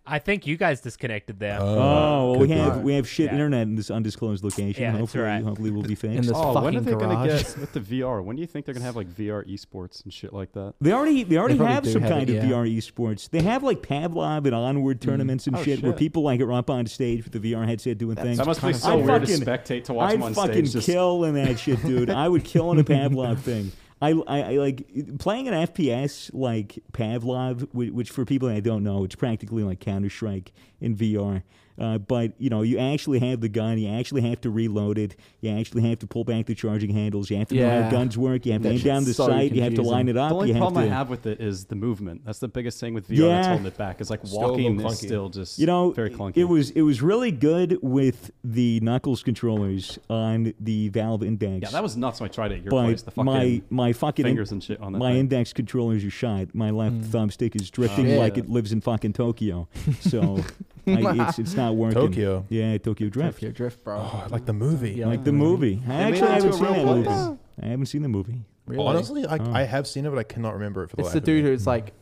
I think you guys disconnected there.
Oh,
Oh, well,
could
we
be.
have we have shit
Yeah.
internet in this undisclosed location.
Yeah, that's
hopefully,
right.
hopefully we'll be
In
fixed.
this
oh, when are
fucking
they gonna
garage.
get with the VR? When do you think they're gonna have like VR esports and shit like that?
They already they already
probably
have
do
some
have
kind
it,
of
yeah.
VR esports. They have like Pavlov and Onward tournaments and
Oh,
shit, where
shit.
people like are up on stage with the VR headset doing things.
That must be
kinda-
so
I'd
weird to
fucking-
spectate to watch
I'd
them on
fucking
stage. just-
kill in that shit, dude. I would kill in a Pavlov thing. I, I, I like playing an FPS like Pavlov, which, which for people that don't know, it's practically like Counter Strike in VR. Uh, but you know, you actually have the gun. You actually have to reload it. You actually have to pull back the charging handles. You have to know how
Yeah.
guns work. You have to
That
aim
shit's
down the
so
sight. You have to
confusing.
line it up.
the only
you have
problem
to,
I have with it is the movement. That's the biggest thing with VR that's
Yeah.
holding it back. Is like
Still a little
walking
clunky.
is still just
you know
very clunky.
it was it was really good with the knuckles controllers on the valve index
yeah, that was nuts when I tried it at your place. The
but
fucking
my my fucking
fingers and shit on that.
my
thing.
index controllers are shot. My left thumbstick is drifting
Mm. Ah, yeah.
like it lives in fucking Tokyo. So I, it's, it's not working.
Tokyo.
Yeah, Tokyo Drift.
Tokyo Drift, bro.
Oh, like the movie.
Yeah.
Like the movie. I
made
actually
it into
haven't
a
seen
real
that
place.
movie. I haven't seen the movie.
Really?
Honestly, I,
Oh.
I have seen it, but I cannot remember it for the
it's
life
the
of
dude
me.
who's like,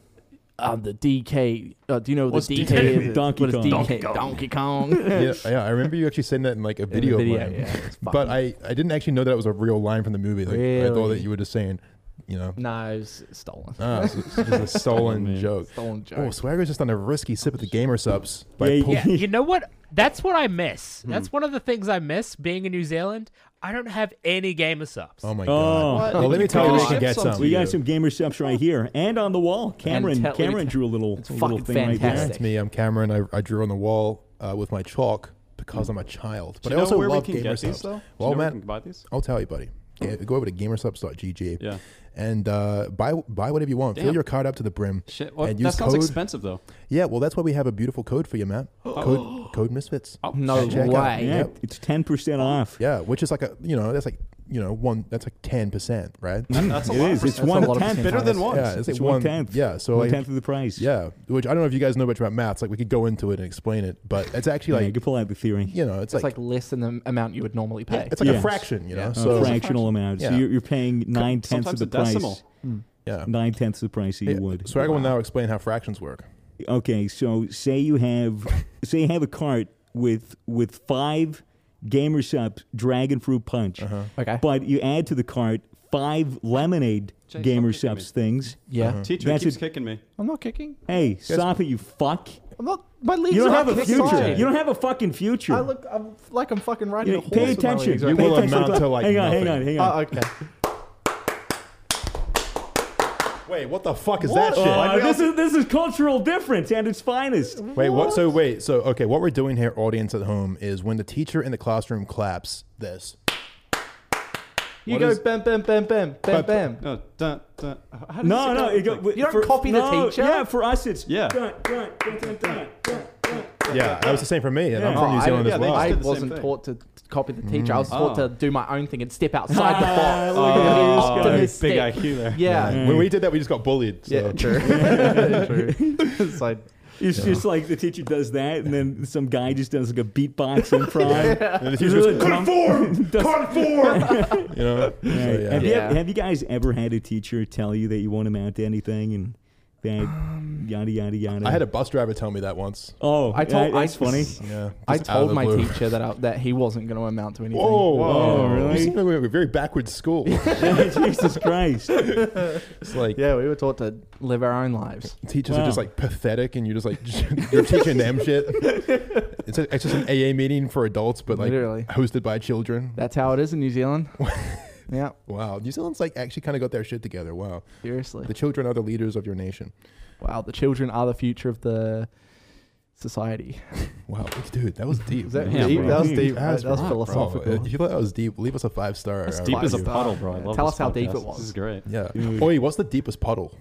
I'm the DK. Uh, do you know what
What's
the
DK?
DK, is?
Donkey
what is
Kong.
DK? Donkey Kong.
yeah, yeah, I remember you actually saying that in like a video,
video,
of mine.
yeah. It's
but
fucking-
I, I didn't actually know that it was a real line from the movie. Like I thought that
Really?
you were just saying, you know,
no, it was stolen.
ah, it's, it's just a stolen
man.
joke.
Stolen Oh, joke.
Oh, Swagger's just on a risky sip at the gamer subs. By
Yeah, Hmm.
pull-
yeah, you know what? That's what I miss. That's one of the things I miss being in New Zealand. I don't have any gamer subs.
Oh my
Oh.
god.
What?
Well, let me tell you where you
God.
can get
Some
some.
We got some gamer subs right here and on the wall. Cameron
tell-
Cameron drew a little,
It's
a little
fucking
thing right
fantastic.
there.
It's me. I'm Cameron. I, I drew on the wall uh, with my chalk because I'm a child. But
Do you
I
know
also
where
love
we can
gamer
get these
subs.
though? Do
Well,
you know where
Matt-
we can buy these?
I'll tell you, buddy. Yeah, Go over to gamersubs.gg.
Yeah.
And uh, buy buy whatever you want. Fill
Damn.
your card up to the brim.
Shit, well,
and
that
use
sounds
code.
expensive though.
Yeah, well, that's why we have a beautiful code for you, Matt. Code code misfits.
Oh,
No
Check out-
way.
Yeah,
Yep.
it's ten
Oh,
percent off.
Yeah, which is like a you know that's like you know one that's like ten percent, right?
That's a
It
lot.
is.
for-
It's
That's a lot
one
of
tenth.
percent
better than one.
Yeah, it's, like
one tenth.
Yeah, so
One
like
tenth of the price.
yeah, which I don't know if you guys know much about maths. Like we could go into it and explain it, but it's actually
Yeah,
like
you can pull out the theory.
you know it's,
It's
like,
like less than the amount you would normally pay.
it's like
Yeah.
a fraction, you know.
Yeah.
A
So
fractional amount. So
Yeah.
you're, you're paying nine tenths of
Sometimes
the
a decimal.
price.
yeah.
Nine tenths of the price that you
Yeah,
would.
So I will now explain how fractions work.
okay, so say you have say you have a cart with with five gamer subs dragon fruit punch.
Okay.
But you add to the cart five lemonade
Jay,
gamer
stop kicking me.
subs things.
Yeah.
Teacher
That's
keeps
it.
kicking me.
I'm not kicking.
Hey, stop it, you fuck!
I'm not. My legs.
You don't
are
have
on
a
the
future.
side.
You don't have a fucking future.
I look. I'm like I'm fucking riding
You
a
know,
horse.
pay
with my legs
attention.
right
You
Pay
will
attention.
amount to, like,
hang on, hang on,
nothing.
hang
now.
on.
Oh, okay.
Wait, what Oh, the fuck is that
What?
shit?
Uh,
Why do we
this
all-
is this is cultural difference at its finest.
wait, what? So wait, so okay, what we're doing here, audience at home, is when the teacher in the classroom claps this.
You
What
go
is-
bam, bam, bam, bam, bam, bam.
No, dun, dun. How does
No, no,
it go?
it go,
Like,
You don't
for-
copy the
no,
teacher?
Yeah, for us it's
Yeah.
Dun, dun, dun, dun, dun, dun, dun.
Yeah, that was the same for me, and I'm
Yeah.
from
Oh,
New
I-
Zealand
yeah,
as
they
well.
just
I
did the same
wasn't
thing.
taught to copy the teacher. I was taught
Oh.
to do my own thing and step outside the
Ah,
box.
look at
Oh,
these guys.
optimistic.
big IQ there.
Yeah.
When we did that, we just got bullied. So.
Yeah, true. true. It's like,
It's just like the teacher does that, and then some guy just does like a beatbox improv.
And the
He's
teacher
really
goes,
drunk.
conform,
Does-
conform. you know. So,
Right.
yeah.
Have, you,
Yeah.
have you guys ever had a teacher tell you that you won't amount to anything and that yada yada yada?
I had a bus driver tell me that once.
oh,
Um, I told-
that- that's
I-
funny.
Yeah,
I
just out of
told
the
my
blue.
teacher that I, that he wasn't going to amount to anything.
Whoa,
Oh,
whoa.
really?
You seem like we're a very backward school.
Jesus Christ!
it's like
Yeah, we were taught to live our own lives.
teachers
Wow.
are just like pathetic, and you're just like you're teaching them shit. It's, a, it's just an AA meeting for adults, but like
Literally.
hosted by children.
That's how it is in New Zealand. yeah,
Wow, New Zealand's like actually kind of got their shit together. Wow,
seriously.
the children are the leaders of your nation.
Wow, the children are the future of the society.
Wow, dude, that was deep.
Is that
Yeah,
deep?
bro.
That was deep.
That was
that was
rough, bro.
philosophical.
If you thought that was deep, leave us a five star.
That's
I
Deep
like
as a
you.
puddle, bro. I love
Tell
this
us how deep
podcast.
it
This is
was.
great.
Yeah.
Dude.
Oi, what's the deepest puddle?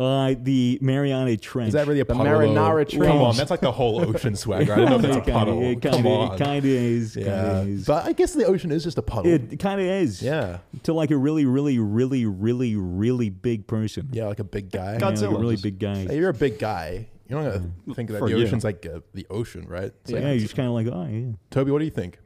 Uh, the Mariana Trench.
Is that really a
The
puddle?
Marinara
though? Come on,
Trench.
that's like the whole ocean swagger. I don't know if
It
it's a
kinda-
puddle.
It
Come
kinda,
on.
It kind of is.
yeah.
Kinda is.
But I guess the ocean is just a puddle.
it kind of is.
yeah.
To like a really, really, really, really, really big person.
Yeah, like a big guy.
You know, like a
Godzilla.
really
Just-
big guy.
Hey, you're a big guy. You're not going to think that
For
the
you.
ocean's like uh, the ocean, right? It's
Mm. yeah,
like-
you're just kind of like, oh yeah.
Toby, what do you think?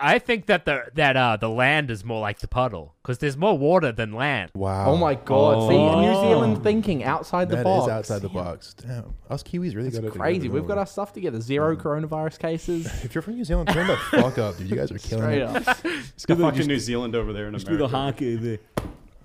I think that the that uh the land is more like the puddle because there's more water than land.
Wow.
Oh my god!
Oh.
See, New Zealand thinking outside the
That
box.
is outside the box. Damn. Us Kiwis really got it.
It's
together,
crazy. We've
don't
got
we?
our stuff together. Zero coronavirus cases.
If you're from New Zealand, turn the fuck up, dude. You guys are killing
Straight
it.
up.
It's got fucking New Zealand over there in
Just do the
America.
hockey. The,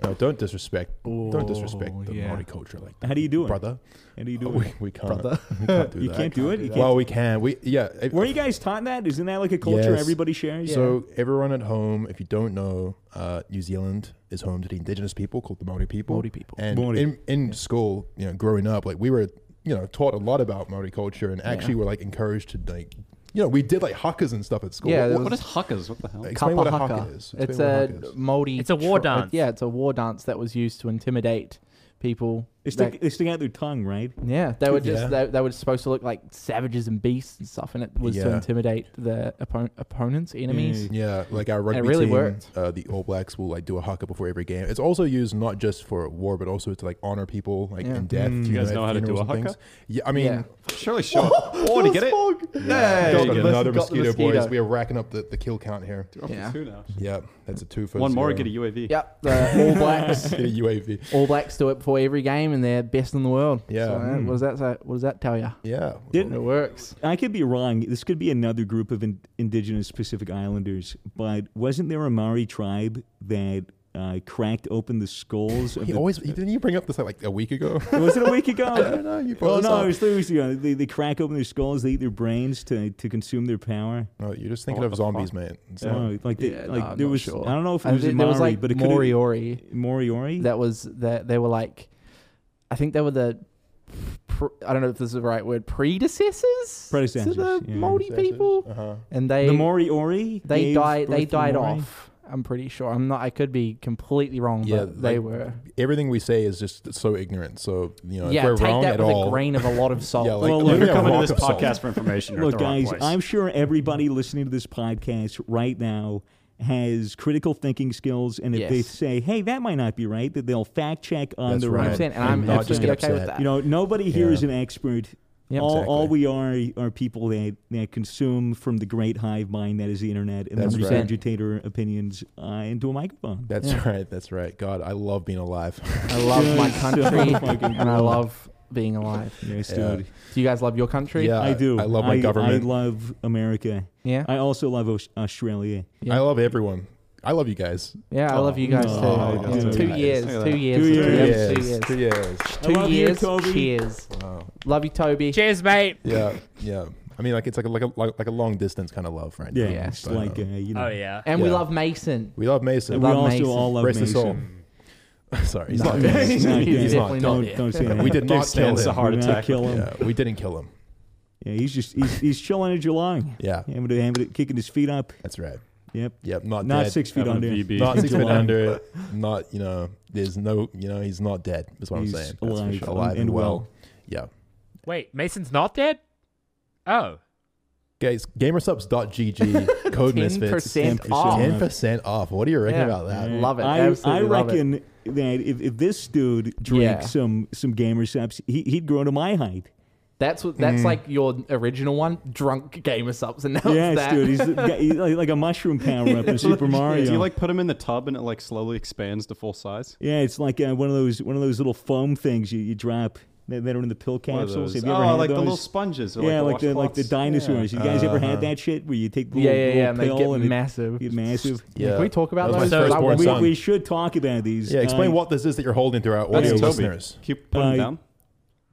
No, don't disrespect. don't disrespect
Oh,
the
yeah.
Maori culture like that.
How do you do it?
brother?
how do you do
Oh,
it?
we, we can't.
Brother.
We can't do
You
that.
can't do it. You can't.
Well, we can. We yeah. if-
Were you guys taught that? Isn't that like a culture
Yes.
everybody shares?
So everyone at home, if you don't know, uh, New Zealand is home to the indigenous people called the Maori people.
Maori people.
And
Maori.
in, in school, you know, growing up, like we were, you know, taught a lot about Maori culture, and actually were like encouraged to like, you know, we did like huckers and stuff at school.
Yeah,
What-
there
what-
What is huckers? What the hell?
explain what a
Kapa
haka
haka.
is. Explain
It's
what
a
haka is.
Maori.
It's a war
tro-
dance.
Yeah, it's a war dance that was used to intimidate people.
They
that-
stick, they stick out their tongue, right?
yeah, they were just
Yeah.
they, they were supposed to look like savages and beasts and stuff, and it was to
Yeah.
intimidate the oppo- opponents, enemies.
Yeah.
Yeah, like our rugby
really
team,
worked.
Uh, the All Blacks will like do a haka before every game. It's also used not just for war, but also to like honor people like
Yeah.
in death.
Mm.
you,
You
guys
at
know how to do
funerals
a
and
haka?
things. Yeah, I mean,
Yeah.
Surely show up. Oh, to get it?
Mm.
yeah,
Go
just
get
got
it.
another
Got the
mosquito,
mosquito.
boys. We are racking up the, the kill count here.
Dude, I'm
Yeah.
two now.
Yeah, that's a two for
One more,
zero.
get a UAV.
Yep, the All Blacks.
Get a UAV.
All Blacks do it before every game, and they're best in the world.
Yeah.
So, uh,
Mm.
What does that say? What does that tell you?
Yeah,
Didn't-
It works.
I could be wrong. This could be another group of in, indigenous Pacific Islanders, but wasn't there a Maori tribe that uh, cracked open the skulls? Of
he
the,
always he- didn't you bring up this like, like a week ago?
was it a week ago?
I don't know. You brought
Oh
this
no,
up.
it was three weeks ago. They, they crack open their skulls. They eat their brains to, to consume their power.
no, you're just thinking
What
of
the
zombies, mate. It's
So,
not-
like, they,
Yeah, no,
like
I'm
there
not
was.
sure.
I don't know if it
And
was a
there was
Maori,
like
but it could have
Moriori.
Moriori.
That was that they were like, I think they were the, pr I don't know if this is the right word, predecessors
Predecessors,
to the
yeah.
Maori people,
Uh-huh.
and they
the Moriori.
they
gave
died they
birth to the
died
Maori.
off. I'm pretty sure. I'm not. I could be completely wrong,
Yeah,
but they
like,
were.
Everything we say is just so ignorant. So you know,
yeah,
if we're
take
wrong at
that with
all,
a grain of a lot of salt.
yeah, like,
Well,
well,
look,
You're
Yeah,
coming to
rock
this podcast for information. You're at
Look,
the wrong
guys,
place.
I'm sure everybody listening to this podcast right now has critical thinking skills, and if they
Yes.
say, "Hey, that might not be right," that they'll fact check on
That's
their
right.
own.
I'm saying, and
And
I'm
not just
absolutely
get
okay with
upset.
that.
You know, nobody here
Yeah.
is an expert.
Yep.
All, all
Exactly.
we are are people that, that consume from the great hive mind that is the internet and
That's
then
right.
regurgitate our opinions uh, into a microphone.
That's
Yeah.
right. That's right. God, I love being alive.
I love my
Yes.
country,
Oh my God.
and I love being alive.
Yes,
Yeah.
dude.
Do you guys love your country?
Yeah.
I
I-
do.
I love my government.
I love America.
Yeah.
I also love Aus- Australia.
Yeah.
I love everyone. I love you guys.
Yeah, I love you
Oh,
guys
Aw.
too.
Aw.
Two
Nice.
years,
Look at
two
that.
years,
Two
two
years.
years, two years,
Two years.
two
love you,
years.
Toby.
Cheers.
Wow.
Love you, Toby.
Cheers, mate.
Yeah, yeah. I mean, like it's like a, like a like, like a long distance kind of love, right?
Yeah,
now,
Yeah.
it's
but,
like uh,
uh,
you know.
Oh yeah.
And we
Yeah.
love Mason.
we love Mason.
And
we
we
love
also
Mason.
all love
Rest his soul.
Mason.
Sorry, he's
No,
not dead.
he's
not dead.
He's not
definitely
dead.
not
Don't
dead.
don't say that.
We did not kill
It's a
him.
heart
Did not
attack.
kill him.
Yeah, we didn't kill him.
Yeah, he's just he's he's chilling in July.
Yeah,
Having to, having to, kicking his feet up.
that's right.
Yep.
Yep, not
Not
dead.
six feet
Having a
under.
VB.
not six
July.
feet under. Not you know. There's no you know. He's not dead. Is what
He's
I'm saying. That's for
alive
sure.
and-
alive and,
and
well.
well.
Yeah.
Wait, Mason's not dead. Oh,
Guys, gamersubs.gg code misfits.
10%
10%
off.
Ten percent off. What do you reckon
Yeah.
about that?
Love it.
I, I
Absolutely love it.
reckon that if, if this dude drank
Yeah.
some some gamer subs, he, he'd grow to my height.
That's what.
Mm.
That's like your original one, drunk gamer subs, and now
yes,
it's that.
dude. He's, the- he's like like a mushroom power up in Super Mario.
Do you like put him in the tub and it like slowly expands to full size?
yeah, it's like uh, one of those one of those little foam things you, you drop that, that are in the pill
One of
capsules.
those.
Have you
oh,
ever had
like
those?
the little sponges. Or
yeah, like
like
the like the
washcloths.
dinosaurs. You guys ever had
Uh-huh.
that shit where you take the
Yeah,
little,
yeah, yeah.
little
And they
pill
get
and it
massive.
get massive?
Yeah.
Can we talk about
That was my
those?
firstborn
That
We,
son.
we should talk about these.
yeah, explain
Uh,
what this is that you're holding to our audio
That's Toby.
listeners.
Keep putting
Uh,
him down.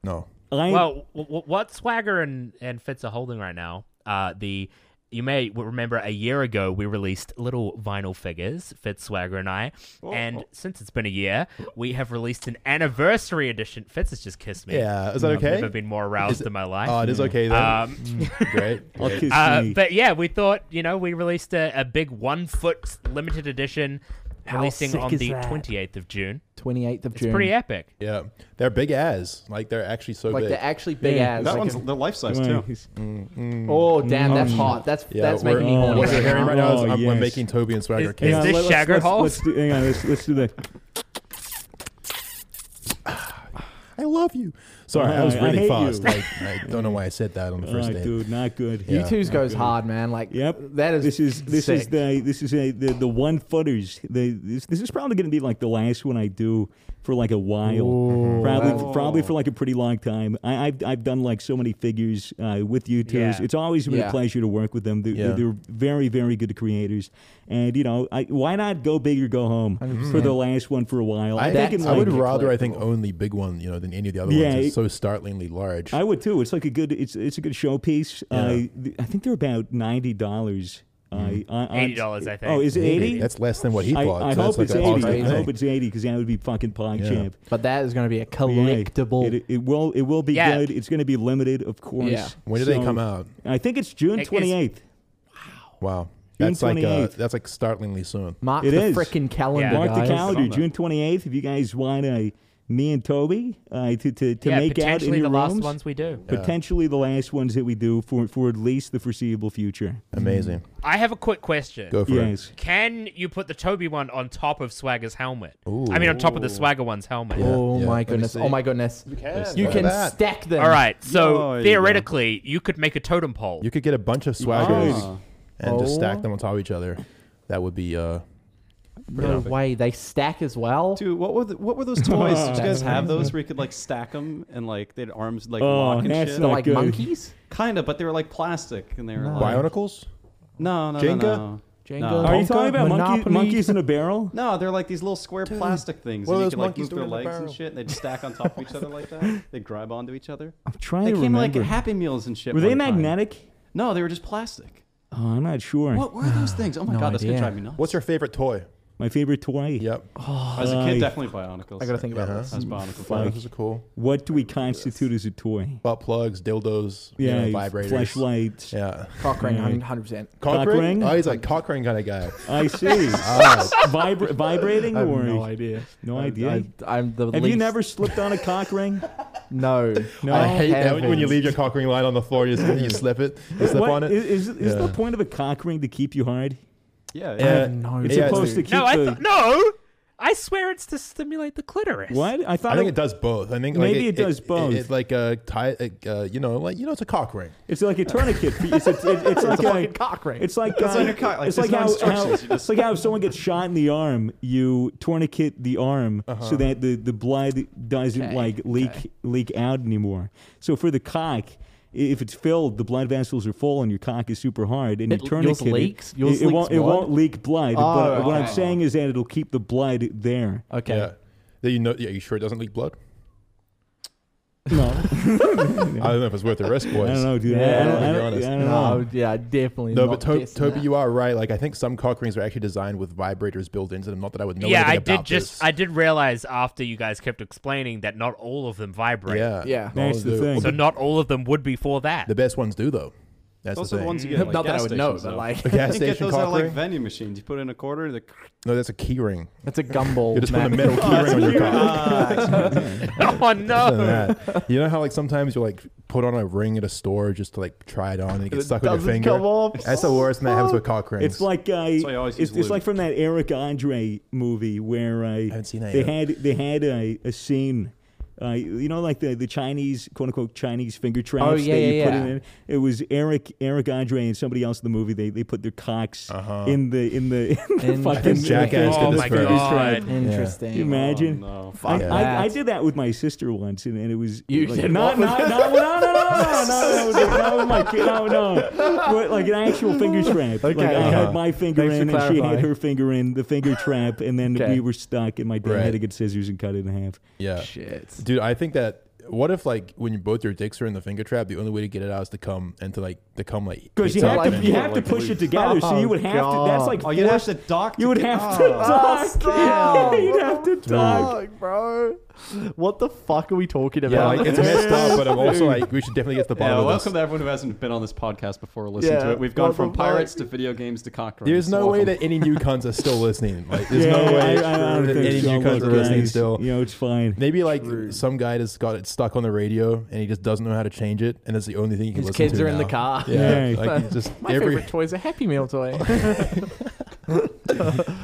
No.
I,
well, w- w- what Swagger and and Fitz are holding right now. Uh, the you may w- remember a year ago we released little vinyl figures, Fitz Swagger and I,
Oh.
and since it's been a year, we have released an anniversary edition. Fitz has just kissed me.
Yeah, is that
I've
okay?
never been more aroused in my life.
Oh, it oh, is okay then.
Um,
Great.
I'll kiss
Uh,
me.
but yeah, we thought you know we released a, a big one foot limited edition, releasing
sick
on
is
the
that?
twenty eighth of June.
Twenty eighth of
It's
June.
pretty epic.
Yeah, they're big as. Like they're actually so
like
big.
they're actually big
Yeah.
ass.
That
like
one's
a-
the life size
Anyway,
too.
he's-
oh damn, that's
Mm.
hot. That's
yeah,
that's
we're-
making me horny.
What
Oh,
you're hearing right now is
oh,
I'm, we're
yes.
making Toby and Swagger
Is-
kiss.
is this
let- let's-
Shagger
let's-
Hall?
Let's do, hang on, let's, let's do that.
I love you. Sorry, I was
I- I
really
hate
fast.
you.
Like, I don't know why I said that on the first
Alright,
date.
dude, not good.
Yeah.
You two's goes hard, man. Like
Yep.
that is
This is this is
sick.
the this is a, the the one footers. The this, this is probably going to be like the last one I do for like a while. probably
wow.
probably for like a pretty long time. I, I've I've done like so many figures uh, with you two.
Yeah.
It's always been
Yeah.
a pleasure to work with them. They're,
Yeah.
they're very very good creators. And you know, I, why not go big or go home for the last one for a while?
I,
I'm
That's
thinking,
I would
like,
rather, I think,
collectible.
own the big one, you know, than any of the other
Yeah,
ones.
it-
It's so startlingly large.
I would too. It's like a good. It's it's a good showpiece. Uh,
Yeah.
th- I think they're about ninety dollars.
$80, I think.
Oh, is it eighty?
That's less than what he
I,
bought.
I
so
hope
that's like
it's
a
eighty.
positive
I
thing.
hope it's eighty because that would be fucking pog
Yeah.
champ.
But that is going to be a
Yeah.
collectible.
It, it will. It will be
Yeah.
good. It's going to be limited, of course.
Yeah.
when did they
So,
come out?
I think it's June
It is-
twenty eighth.
Wow,
June Mm.
that's like uh,
28th.
that's like startlingly soon.
Mark
it
the
is.
frickin' calendar,
Yeah.
Mark the
guys.
calendar,
It's on
June twenty eighth. If you guys want to, me and Toby uh, to to, to
yeah,
make out in
potentially
your
the last
rooms,
ones we do.
potentially the last ones that we do for for at least the foreseeable future.
Amazing.
I have a quick question.
Go for
Yes.
Can you put the Toby one on top of Swagger's helmet? I mean, on top of the Swagger one's helmet.
Yeah.
Oh
Yeah.
my
Let me
goodness!
see.
Oh my goodness! You
it.
can, stack them.
All right, so
Oh, there you go.
theoretically, you, could make a totem pole.
You could get a bunch of swaggers
Ah.
and just
Oh.
stack them on top of each other. That would be uh,
No way, they stack as well.
Dude, what were the, what were those toys? Did you
That's
guys have those where you could like stack them and like they had arms like
Oh,
lock and
that's
shit?
not
They're like
good.
monkeys.
Kind of, but they were like plastic and they were like
bionicles.
no, no,
Jenga?
no, no.
Jenga?
No.
Are you
Tonka,
talking about monkey,
Monopoly.
monkeys in a barrel?
No, they're like these little square plastic things,
what
and
are
you
those
can like
monkeys
move their
doing in the
legs and
barrel?
shit, and they just stack on top of each other like that. They grab onto each other.
I'm trying
They
to
came like
remember.
at Happy Meals and shit.
Were they
one time.
magnetic?
No, they were just plastic.
Oh, I'm not sure.
What were those things? Oh my
No
god, that's
idea.
gonna drive me nuts.
What's your favorite toy?
My favorite toy.
Yep.
As a
I-
kid, definitely Bionicles.
I gotta think about
Uh-huh.
this.
That's Bionicle.
Bionicles are cool.
What do we constitute as a toy?
Butt plugs, dildos,
Yeah,
you know, vibrators,
flashlights.
Yeah.
Cock ring, hundred percent.
Cock,
Cock
ring?
ring?
Oh, he's like cock ring kind of guy.
I see.
Ah.
Vibra- vibrating or
idea.
no idea.
I, am the
Have you
least-
never slipped on a cock ring?
No.
No.
I hate that
haven't.
when you leave your cock ring line on the floor, you, just, you slip it, you slip
What-
on it.
Is, is, is the
Yeah.
point of a cock ring to keep you hard?
Yeah,
Yeah.
yeah.
no
It's
Yeah,
supposed to keep
no, I
the.
th- no. I swear it's to stimulate the clitoris.
What? I thought
I think
it-
it does both. I think
Maybe
like,
it does both.
It's like a tie, like, uh, you know, like you know, it's a cock ring.
it's like a tourniquet. It's, it's, it's, it's like
It's a fucking cock ring.
It's like,
That's
uh,
on your cock, like,
it's like
there's no
how, how
instructions, you
it's like how if someone gets shot in the arm, you tourniquet the arm so that the, the blood doesn't
Uh-huh. Okay,
like leak leak out anymore. So for the cock, if it's filled, the blood vessels are full and your cock is super hard and
It-
you
yours
tourniquet it.
leaks?
It-
Yours
it, won't,
leaks
it
blood?
won't leak blood. but
Oh,
what I'm
okay.
saying is that it'll keep the blood there.
Okay.
Yeah. That you know, yeah, you sure it doesn't leak blood?
No,
I don't know if it's worth the risk,
I
boys.
don't know, dude. I-
Yeah.
I don't, I
Be
don't-
honest.
I don't
No, I
know.
would- yeah, definitely.
No,
not
but to-
testing
Toby,
that.
you are right. Like, I think some cock rings are actually designed with vibrators built into them. Not that I would know.
yeah, I
anything
did
about
just
this.
I did realize after you guys kept explaining that not all of them vibrate.
Yeah,
Yeah.
Not
That's
all
the
do.
thing.
So not all of them would be for that.
The best ones do though. That's
Those
the
are the
thing.
ones you get. at, Like,
Not that
gas
I would know,
stations,
but
though.
like,
A gas
You get
station
those at
cock
like
ring.
vending machines. You put in a quarter. The
No, that's a key ring.
it's a gumball.
You just put a
Mac.
metal key ring on your cock.
oh
Other
no.
than that, you know how like sometimes you like put on a ring at a store just to like try it on and it gets
It
stuck on your
doesn't
finger.
come off.
That's the worst thing that happens with cock rings.
It's like uh,
why you always
it's,
use
it's
lube.
like from that Eric Andre movie where uh,
haven't seen that
they
yet.
had they had a, a scene. Uh, you know, like the, the Chinese quote unquote Chinese finger
Oh,
traps
yeah,
that you
yeah,
put
yeah.
in. It was Eric Eric Andre and somebody else in the movie. They they put their cocks
Uh-huh.
in the in the, in the
In- I
fucking
think Jackass
in the
Oh
did this
my
for-
finger
god.
trap.
Interesting.
You imagine?
Oh, no.
Fuck
Yeah.
I,
that.
I did that with my sister once, and, and it was
You
like,
did
not,
what
not,
with-
not, no, no, no, no, no, no, no, no, with my kid, no, no, but like an actual finger trap. Like
Okay.
I
Uh-huh.
had my finger
Thanks
in,
for
and she had
clarifying.
her finger in the finger trap, and then
Okay.
we were stuck, and my dad had to
Right.
get scissors and cut it in half.
yeah,
Shit.
dude. I think that. What if like when you both your dicks are in the finger trap, the only way to get it out is to come and to like to come like.
Because you
hits
have
up
to,
and-
you
Yeah,
have to
like
push it
loose.
together, so you would
Oh,
have to. That's
God.
like
Oh, you'd have
forced-
to dock.
you would
get-
have to
Oh.
dock.
stop.
You'd have to dock.
Fuck, bro. What the fuck are we talking
Yeah,
about?
like it's messed up, but I'm also like we should definitely get to the
Yeah,
bottom of
welcome
this.
to everyone who hasn't been on this podcast before or listened
Yeah,
to it. We've gone
welcome
from pirates
back.
to video games to cock rings.
There's no way
Welcome.
that any new cunts are still listening. Like, there's
Yeah,
no way
I, I don't
that
think
any
so.
new cunts
Look,
are listening
guys,
still.
You know, it's fine.
Maybe like some guy just got it stuck on the radio and he just doesn't know how to change it, and it's the only thing he can
His
listen
kids
to
are in the
now.
car.
Yeah,
Yeah.
like, he's just
My
every
favorite toy is a Happy Meal toy.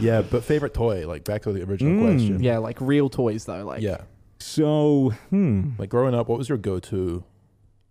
yeah. But favorite toy, like back to the original
Mm.
question.
yeah, like real toys though. Like
yeah.
So, hmm.
Like growing up, what was your go-to?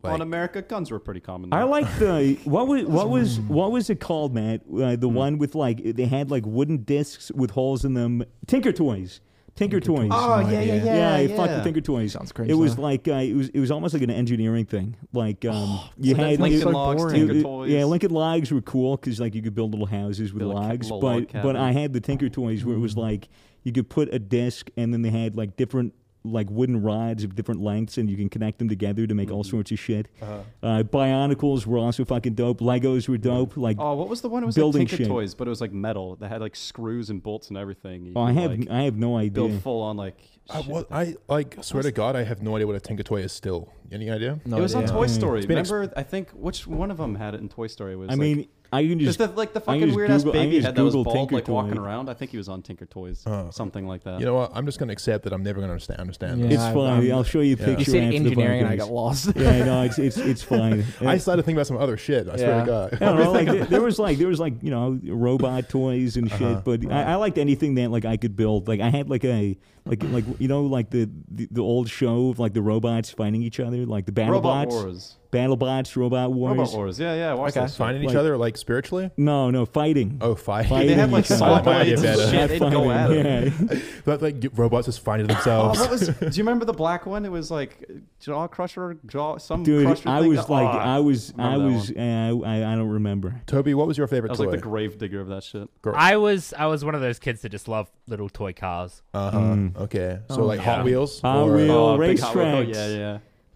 Like,
on America, guns were pretty common.
I
though.
like the what was what was what was it called, Matt? Uh, the one with like they had like wooden discs with holes in them. Tinker Toys. Tinker, Toys.
Oh yeah, yeah, yeah.
yeah,
yeah.
fucking Tinker Toys.
Sounds crazy,
It was
though.
like uh, it was it was almost like an engineering thing. Like um, you
that's
had
like
you-
Lincoln
so
Logs,
boring.
Tinker
you-
Toys.
yeah, Lincoln Logs were cool because like you could build little houses with
Build a ca-
logs.
little log
but but
cabin.
I had the Tinker Toys where it was like you could put a disc and then they had like different like wooden rods of different lengths and you can connect them together to make all
Mm-hmm.
sorts of shit.
Uh-huh.
uh Bionicles were also fucking dope. Legos were dope. Like
Oh, what was the one? It was
Building
like Tinker
shape.
Toys, but it was like metal. They had like screws and bolts and everything. You
oh, I
could,
have
like,
I have no idea.
build full on like.
I,
shit.
what, I like swear to God, I have no idea what a Tinker Toy is still. Any idea?
no,
it was on
idea.
Toy Story.
been ex-
Remember, I think which one of them had it in Toy Story It was.
I
like-
mean, I can
Just
just
the, like the
I can
fucking
just
weird ass
Google- I can
baby
just
head that was
Google
bald,
Tinker
like walking
Toy.
around. I think he was on Tinker Toys, something like that.
You know what? I'm just gonna accept that I'm never gonna understand. Understand.
Yeah.
this.
It's
I-
fine.
I'm-
I'll show you a
Yeah.
picture.
You
you said
after the
engineering, and I
podcast.
got lost.
yeah, no, it's it's it's fine.
I started thinking about some other shit. I swear
Yeah.
to God.
I don't know, like, there- there was like there was like you know robot toys and shit, but I, I liked anything that like I could build. Like I had like a like like you know like the the, the old show of like the robots fighting each other, like the battle
Robot
bots,
Wars.
battle bots, robot wars.
Robot Wars. Yeah, yeah. I watched
Okay.
that. shit.
Finding each
Like-
other like spiritually.
No, no fighting.
Oh, fight.
Fighting
They had like
each other.
saw
Might be
blades and
better.
shit. They'd
Not
go at
fighting,
it.
yeah.
But like robots just finding
Oh,
themselves.
what was? Do you remember the black one? It was like jaw crusher, jaw some
Dude,
crusher
I
thing
was
that-
like,
Ah,
I was, I
remember that
was, uh, I, I don't remember.
Toby, what was your favorite
I was
toy?
like the grave digger of that shit.
I was I was one of those kids that just love little toy cars.
uh-huh.
Mm.
Okay, so like
yeah.
Hot Wheels.
Hot
or,
Wheels. Oh,
big hot wheel-
racetracks.
Yeah,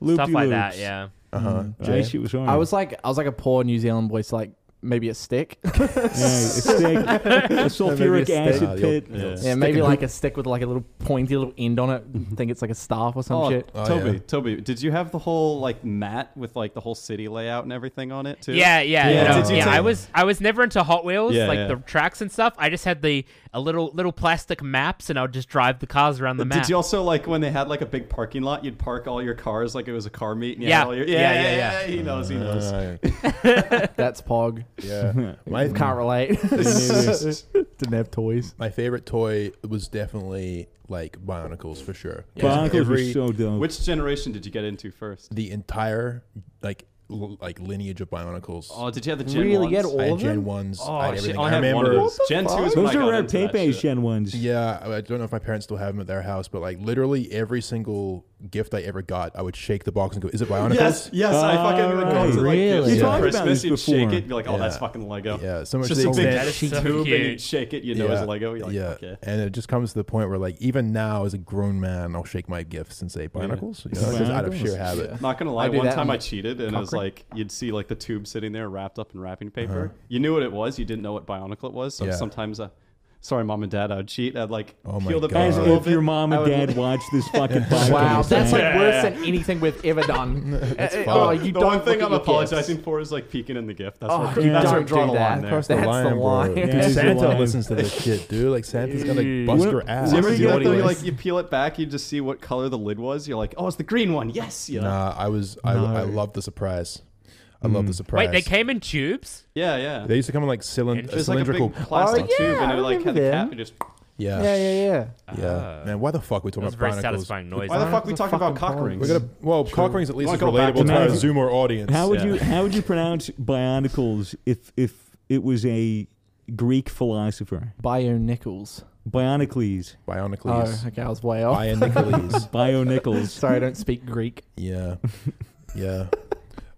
yeah.
Stuff like that,
Loop-de-loops.
yeah.
Uh-huh.
Mm.
Jay?
That shit was hard.
I was like, I was like a poor New Zealand boy, so like maybe a stick.
yeah, a stick, a sulfuric
stick.
acid
Ah, you'll-
pit.
Yeah.
yeah, maybe like a stick with like a little pointy little end on it. Think it's like a staff or some
Oh,
shit.
Mm-hmm. Oh,
Toby,
yeah.
Toby, did you have the whole like mat with like the whole city layout and everything on it too?
Yeah, yeah,
Yeah.
yeah.
Did you
yeah,
take-
I was I was never into Hot Wheels,
Yeah,
like
yeah.
the tracks and stuff. I just had the a little little plastic maps, and I would just drive the cars around the map.
Did you also like when they had like a big parking lot? You'd park all your cars like it was a car meet. And you
Yeah.
had all your,
Yeah,
yeah, yeah,
yeah,
yeah, He knows. He knows.
That's pog.
yeah. My,
Can't relate. Didn't have toys.
my favorite toy was definitely like Bionicles for sure.
Bionicles were
Every-
so dope.
Which generation did you get into first?
the entire like l- like lineage of Bionicles.
Oh, did you have the gen
really
ones?
get
I
all
had
of
Gen
them?
ones.
Oh,
I had
shit,
everything.
I
I
had one of
remember.
those. Gen two is when
Those
I
are
got
rare
into that
Pepe's
shit.
Gen ones.
Yeah, I I don't know if my parents still have them at their house, but like literally every single gift I ever got, I would shake the box and go, "Is it Bionicles?"
Yes, yes, I fucking
Oh,
would go
Alright.
to like
Really?
really?
You talked
about
Christmas,
this
you'd shake
before.
it, you're like, oh, that's
Yeah.
fucking Lego.
Yeah, so much
It's just
to
a
the
big
extent-
so
tube, and you
cute.
shake it, you know it's Lego. You're like,
yeah.
okay.
And it just comes to the point where, like, even now as a grown man, I'll shake my gifts and say barnacles. Yeah. just out of sheer habit.
Not gonna lie,
do
one
that
time
on
I
the
cheated, and it was
concrete.
like you'd see like the tube sitting there wrapped up in wrapping paper. You knew what it was, you didn't know what Bionicle it was. So
Uh-huh. Yeah.
sometimes, uh, sorry, mom and dad, I'd cheat. I'd like
Oh my
peel the
God.
paper
As
a
Uh,
little
if your
bit,
mom
I
and
would-
dad watched this fucking podcast.
Wow, that's like
Yeah.
worse than anything we've ever done. Uh,
fine.
oh, you
the
don't
one thing
look at
I'm
your gifts.
apologizing for is like peeking in the gift. That's
Oh,
where,
you
that's where I'm
don't
drawing
do
the
that.
line there.
Cross the That's the line.
Dude,
That's the
Santa
line.
listens to this shit, dude. Like Santa's gonna bust your ass.
You ever
That's
do that
what he
though? You
was.
like you peel it back, you just see what color the lid was. You're like, oh, it's the green one. Yes, you know.
Nah, I was. I, I
No. Mm.
love the surprise. I love the surprise.
Wait, they came in tubes?
Yeah, yeah.
They used to come in like cylind-
It was like a
cylindrical.
big plastic
Oh, yeah,
tube, and
I
it like had
remember
the
them.
cap. And just
yeah,
Yeah, yeah, yeah.
yeah. Man, why the fuck we
It
talking
Ah. was a
about
very
barnacles?
satisfying noise.
why the fuck we
It's a
talking about
fucking
cock
problem.
rings?
We're gonna well, cock rings at least
Wanna
is
go back
relatable
to
to our
Magic?
Zoomer audience.
How would Oh.
Yeah.
you how would you pronounce Bionicles if if it was a Greek philosopher?
Bio Nichols.
Bionicles,
Bionicles,
Oh, okay, I was way off.
Bionicles.
Bionicles.
Sorry, I don't speak Greek.
yeah, yeah.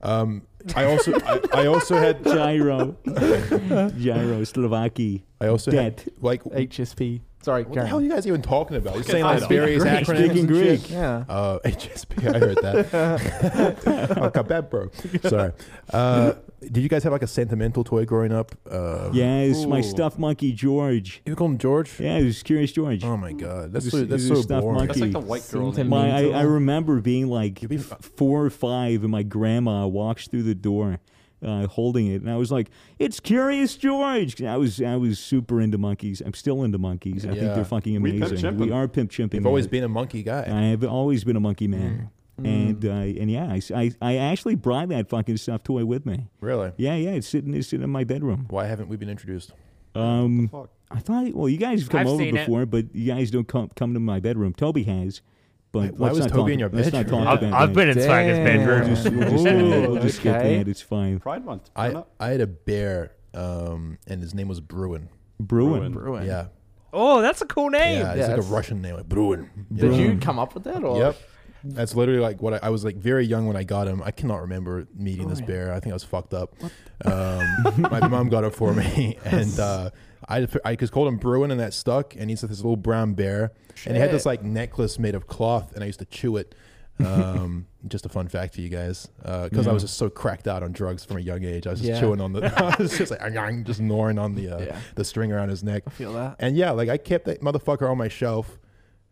Um, I also, I, I also had,
Gyro, Gyro, Slovaki,
I also
dead.
had like. What
HSP. Sorry,
the hell are
Karen.
you guys even talking about? You're saying
I
like
don't
various
know.
acronyms.
Speaking
and
Greek.
shit?
Yeah.
Uh, HSP, I heard that. oh, God, bad bro. Sorry. Uh, did you guys have like a sentimental toy growing up? Uh,
Yes, my
Ooh.
stuffed monkey George.
You call him George?
Yeah, it was Curious George.
Oh my God, that's
He's
so,
a-
that's
he's a
so
stuffed
boring.
That's like the
Keys.
white
Seem
girl.
to
name.
me-
My, I,
mean
I
to-
remember being like
You'd be
f- four or five, and my grandma walks through the door, uh, holding it, and I was like, "It's Curious George." I was I was super into monkeys. I'm still into monkeys. I think
Yeah.
they're fucking
We pimp
amazing.
chimp
We,
them.
are pimp chimping.
You've always
man.
been Mm. a monkey guy.
I have always been a monkey man, and uh, and yeah, I, s- I- I actually brought that fucking stuffed toy with me.
Really?
Yeah, yeah, it's sitting it's sitting in my bedroom.
Why haven't we been introduced?
Um,
fuck?
I thought well, you guys have come
I've
over
seen it.
before, but you guys don't come come to my bedroom. Toby has, but
Why was
let's not
Toby
talk,
in your
let's not
bedroom?
talk
I've,
about
I've
that.
been in Swagger's
Damn.
We'll
bedroom.
just, we'll just, uh,
Ooh,
we'll just get
okay.
that. It's fine.
Pride Month. Why
I
not?
I had a bear, um, and his name was Bruin.
Bruin.
Bruin.
Yeah,
Oh, that's a cool name.
yeah, it's like a
that's-
Russian name, like Bruin.
Did
Yeah.
you come up with that? Or?
Yep. That's literally like what I, I was like very young when I got him. I cannot remember meeting
Oh,
this bear. I think I was fucked up. Um, my mom got it for me, and uh, I I just called him Bruin, and that stuck. And he's this little brown bear, and he had this
Shit.
like necklace made of cloth, and I used to chew it. Um, just a fun fact for you guys, because I was just so cracked out on drugs from a young age. I was just
Yeah.
chewing on the, I was just like, just gnawing on the uh,
Yeah.
the string around his neck.
I feel that.
And yeah, like I kept that motherfucker on my shelf,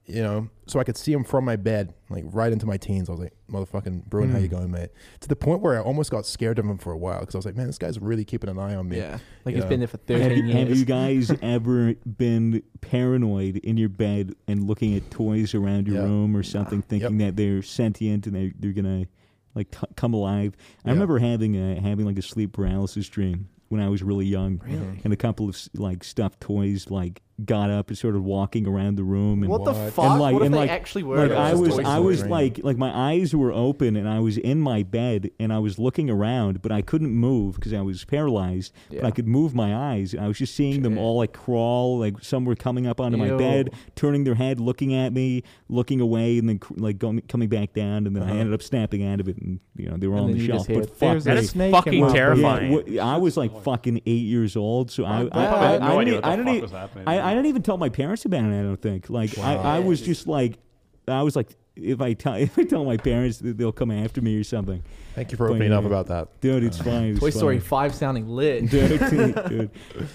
you know, so I could see him from my bed, like right into my teens. I was like, motherfucking Bruin, how you
Hmm.
going, mate? To the point where I almost got scared of him for a while because I was like, man, this guy's really keeping an eye on me.
Yeah. Like
Yeah.
he's been there for
Have
13
you, have
years.
you guys ever been paranoid in your bed and looking at toys around your
Yeah.
room or something, thinking that they're sentient and they, they're gonna like c- come alive? I
Yeah.
remember having a having like a sleep paralysis dream when I was really young, really? and a couple of s- like stuffed toys like got up and started walking around the room and
what the
What?
fuck?
And like-
what if
and
they
like-
actually were?
like
Yeah,
I
it's
was,
always
I
the
was
dream.
like, like my eyes were open and I was in my bed and I was looking around, but I couldn't move because I was paralyzed. But I
Yeah.
could move my eyes, and I was just seeing them
Shit.
all like crawl, like some were coming up onto my
Ew.
bed, turning their head, looking at me, looking away, and then cr- like going, coming back down. And then I ended up snapping out of it, and you know they were all
Uh-huh. And then
on the
you
shelf.
just hear
But
it.
fuck,
There's a
me.
That is
snake
fucking
in my bed.
Yeah,
terrifying.
wha- I was like fucking eight years old, so I,
I
I, I,
had no
I
idea
didn't-
what the
I didn't
fuck
even-
was happening.
I, I didn't even tell my parents about it. I don't think. Like I, I was just like, I was like, if I tell if I tell my parents, th- they'll come after me or something.
Thank you for opening up
Yeah.
about that.
Dude, it's fine. It's
Toy
fine.
Story 5 sounding lit.
Dude, dude, dude.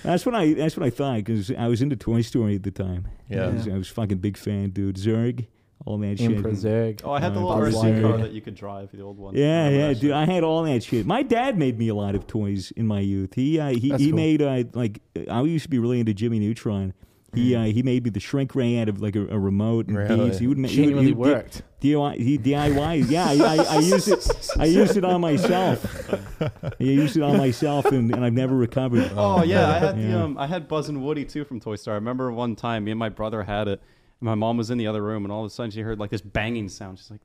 that's what I that's what I thought because I was into Toy Story at the time.
Yeah.
I was, I was fucking big fan, dude. Zerg, all that shit.
Emperor Zurg.
Oh, I had the
Uh,
little
Buzz
RC car
Lightyear.
that you could drive, the old one.
Yeah,
Remember
yeah,
that
dude.
shit?
I had all that shit. My dad made me a lot of toys in my youth. He uh, he,
That's
he
cool.
made uh, like I used to be really into Jimmy Neutron. He
Hmm.
uh, he made me the shrink ray out of like a, a remote and
Really?
these. He would make
Genuinely
he would, he would
worked.
D- DIY. He DIY. Yeah, I, I, I used it. I used it on myself. I used it on myself, and, and I've never recovered.
Oh yeah, I had
Yeah.
the um, I had Buzz and Woody too from Toy Story. I remember one time me and my brother had it. And my mom was in the other room, and all of a sudden she heard like this banging sound. She's like,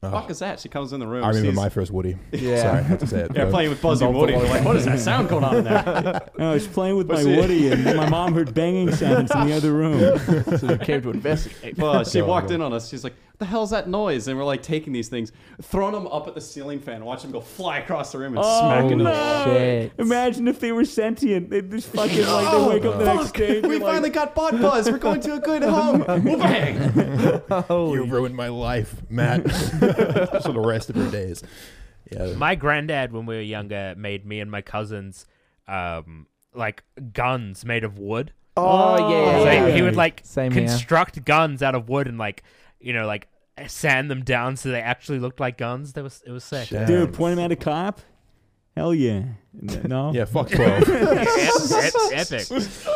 fuck is that? She comes in the room.
I remember
sees-
my first Woody.
Yeah.
Sorry, I had to say it.
They're
but-
playing with Buzz and Woody. We're like, what is that sound going on in there?
I was playing with my
Was it-
Woody, and my mom heard banging sounds in the other room.
so you came to investigate.
Well, she
Yeah,
walked
yeah.
in on us. She's like, "What the hell's that noise?" And we're like taking these things, throwing them up at the ceiling fan, watch them go fly across the room and
Oh,
smack into the wall.
Shit.
Imagine if they were sentient. They just fucking like they wake up the next day.
We finally got bot buzz. We're going to a good home. Bang!
Oh,
You ruined my life, Matt. For the rest of your days. Yeah.
My granddad, when we were younger, made me and my cousins, um, like guns made of wood.
Oh, yeah.
So
yeah,
he
yeah.
would like
Same here.
construct guns out of wood and like, you know, like sand them down so they actually looked like guns. That was it was sick.
Damn.
Dude, point him at a cop. Hell yeah. No.
Yeah, fuck 12.
Ep- ep- epic.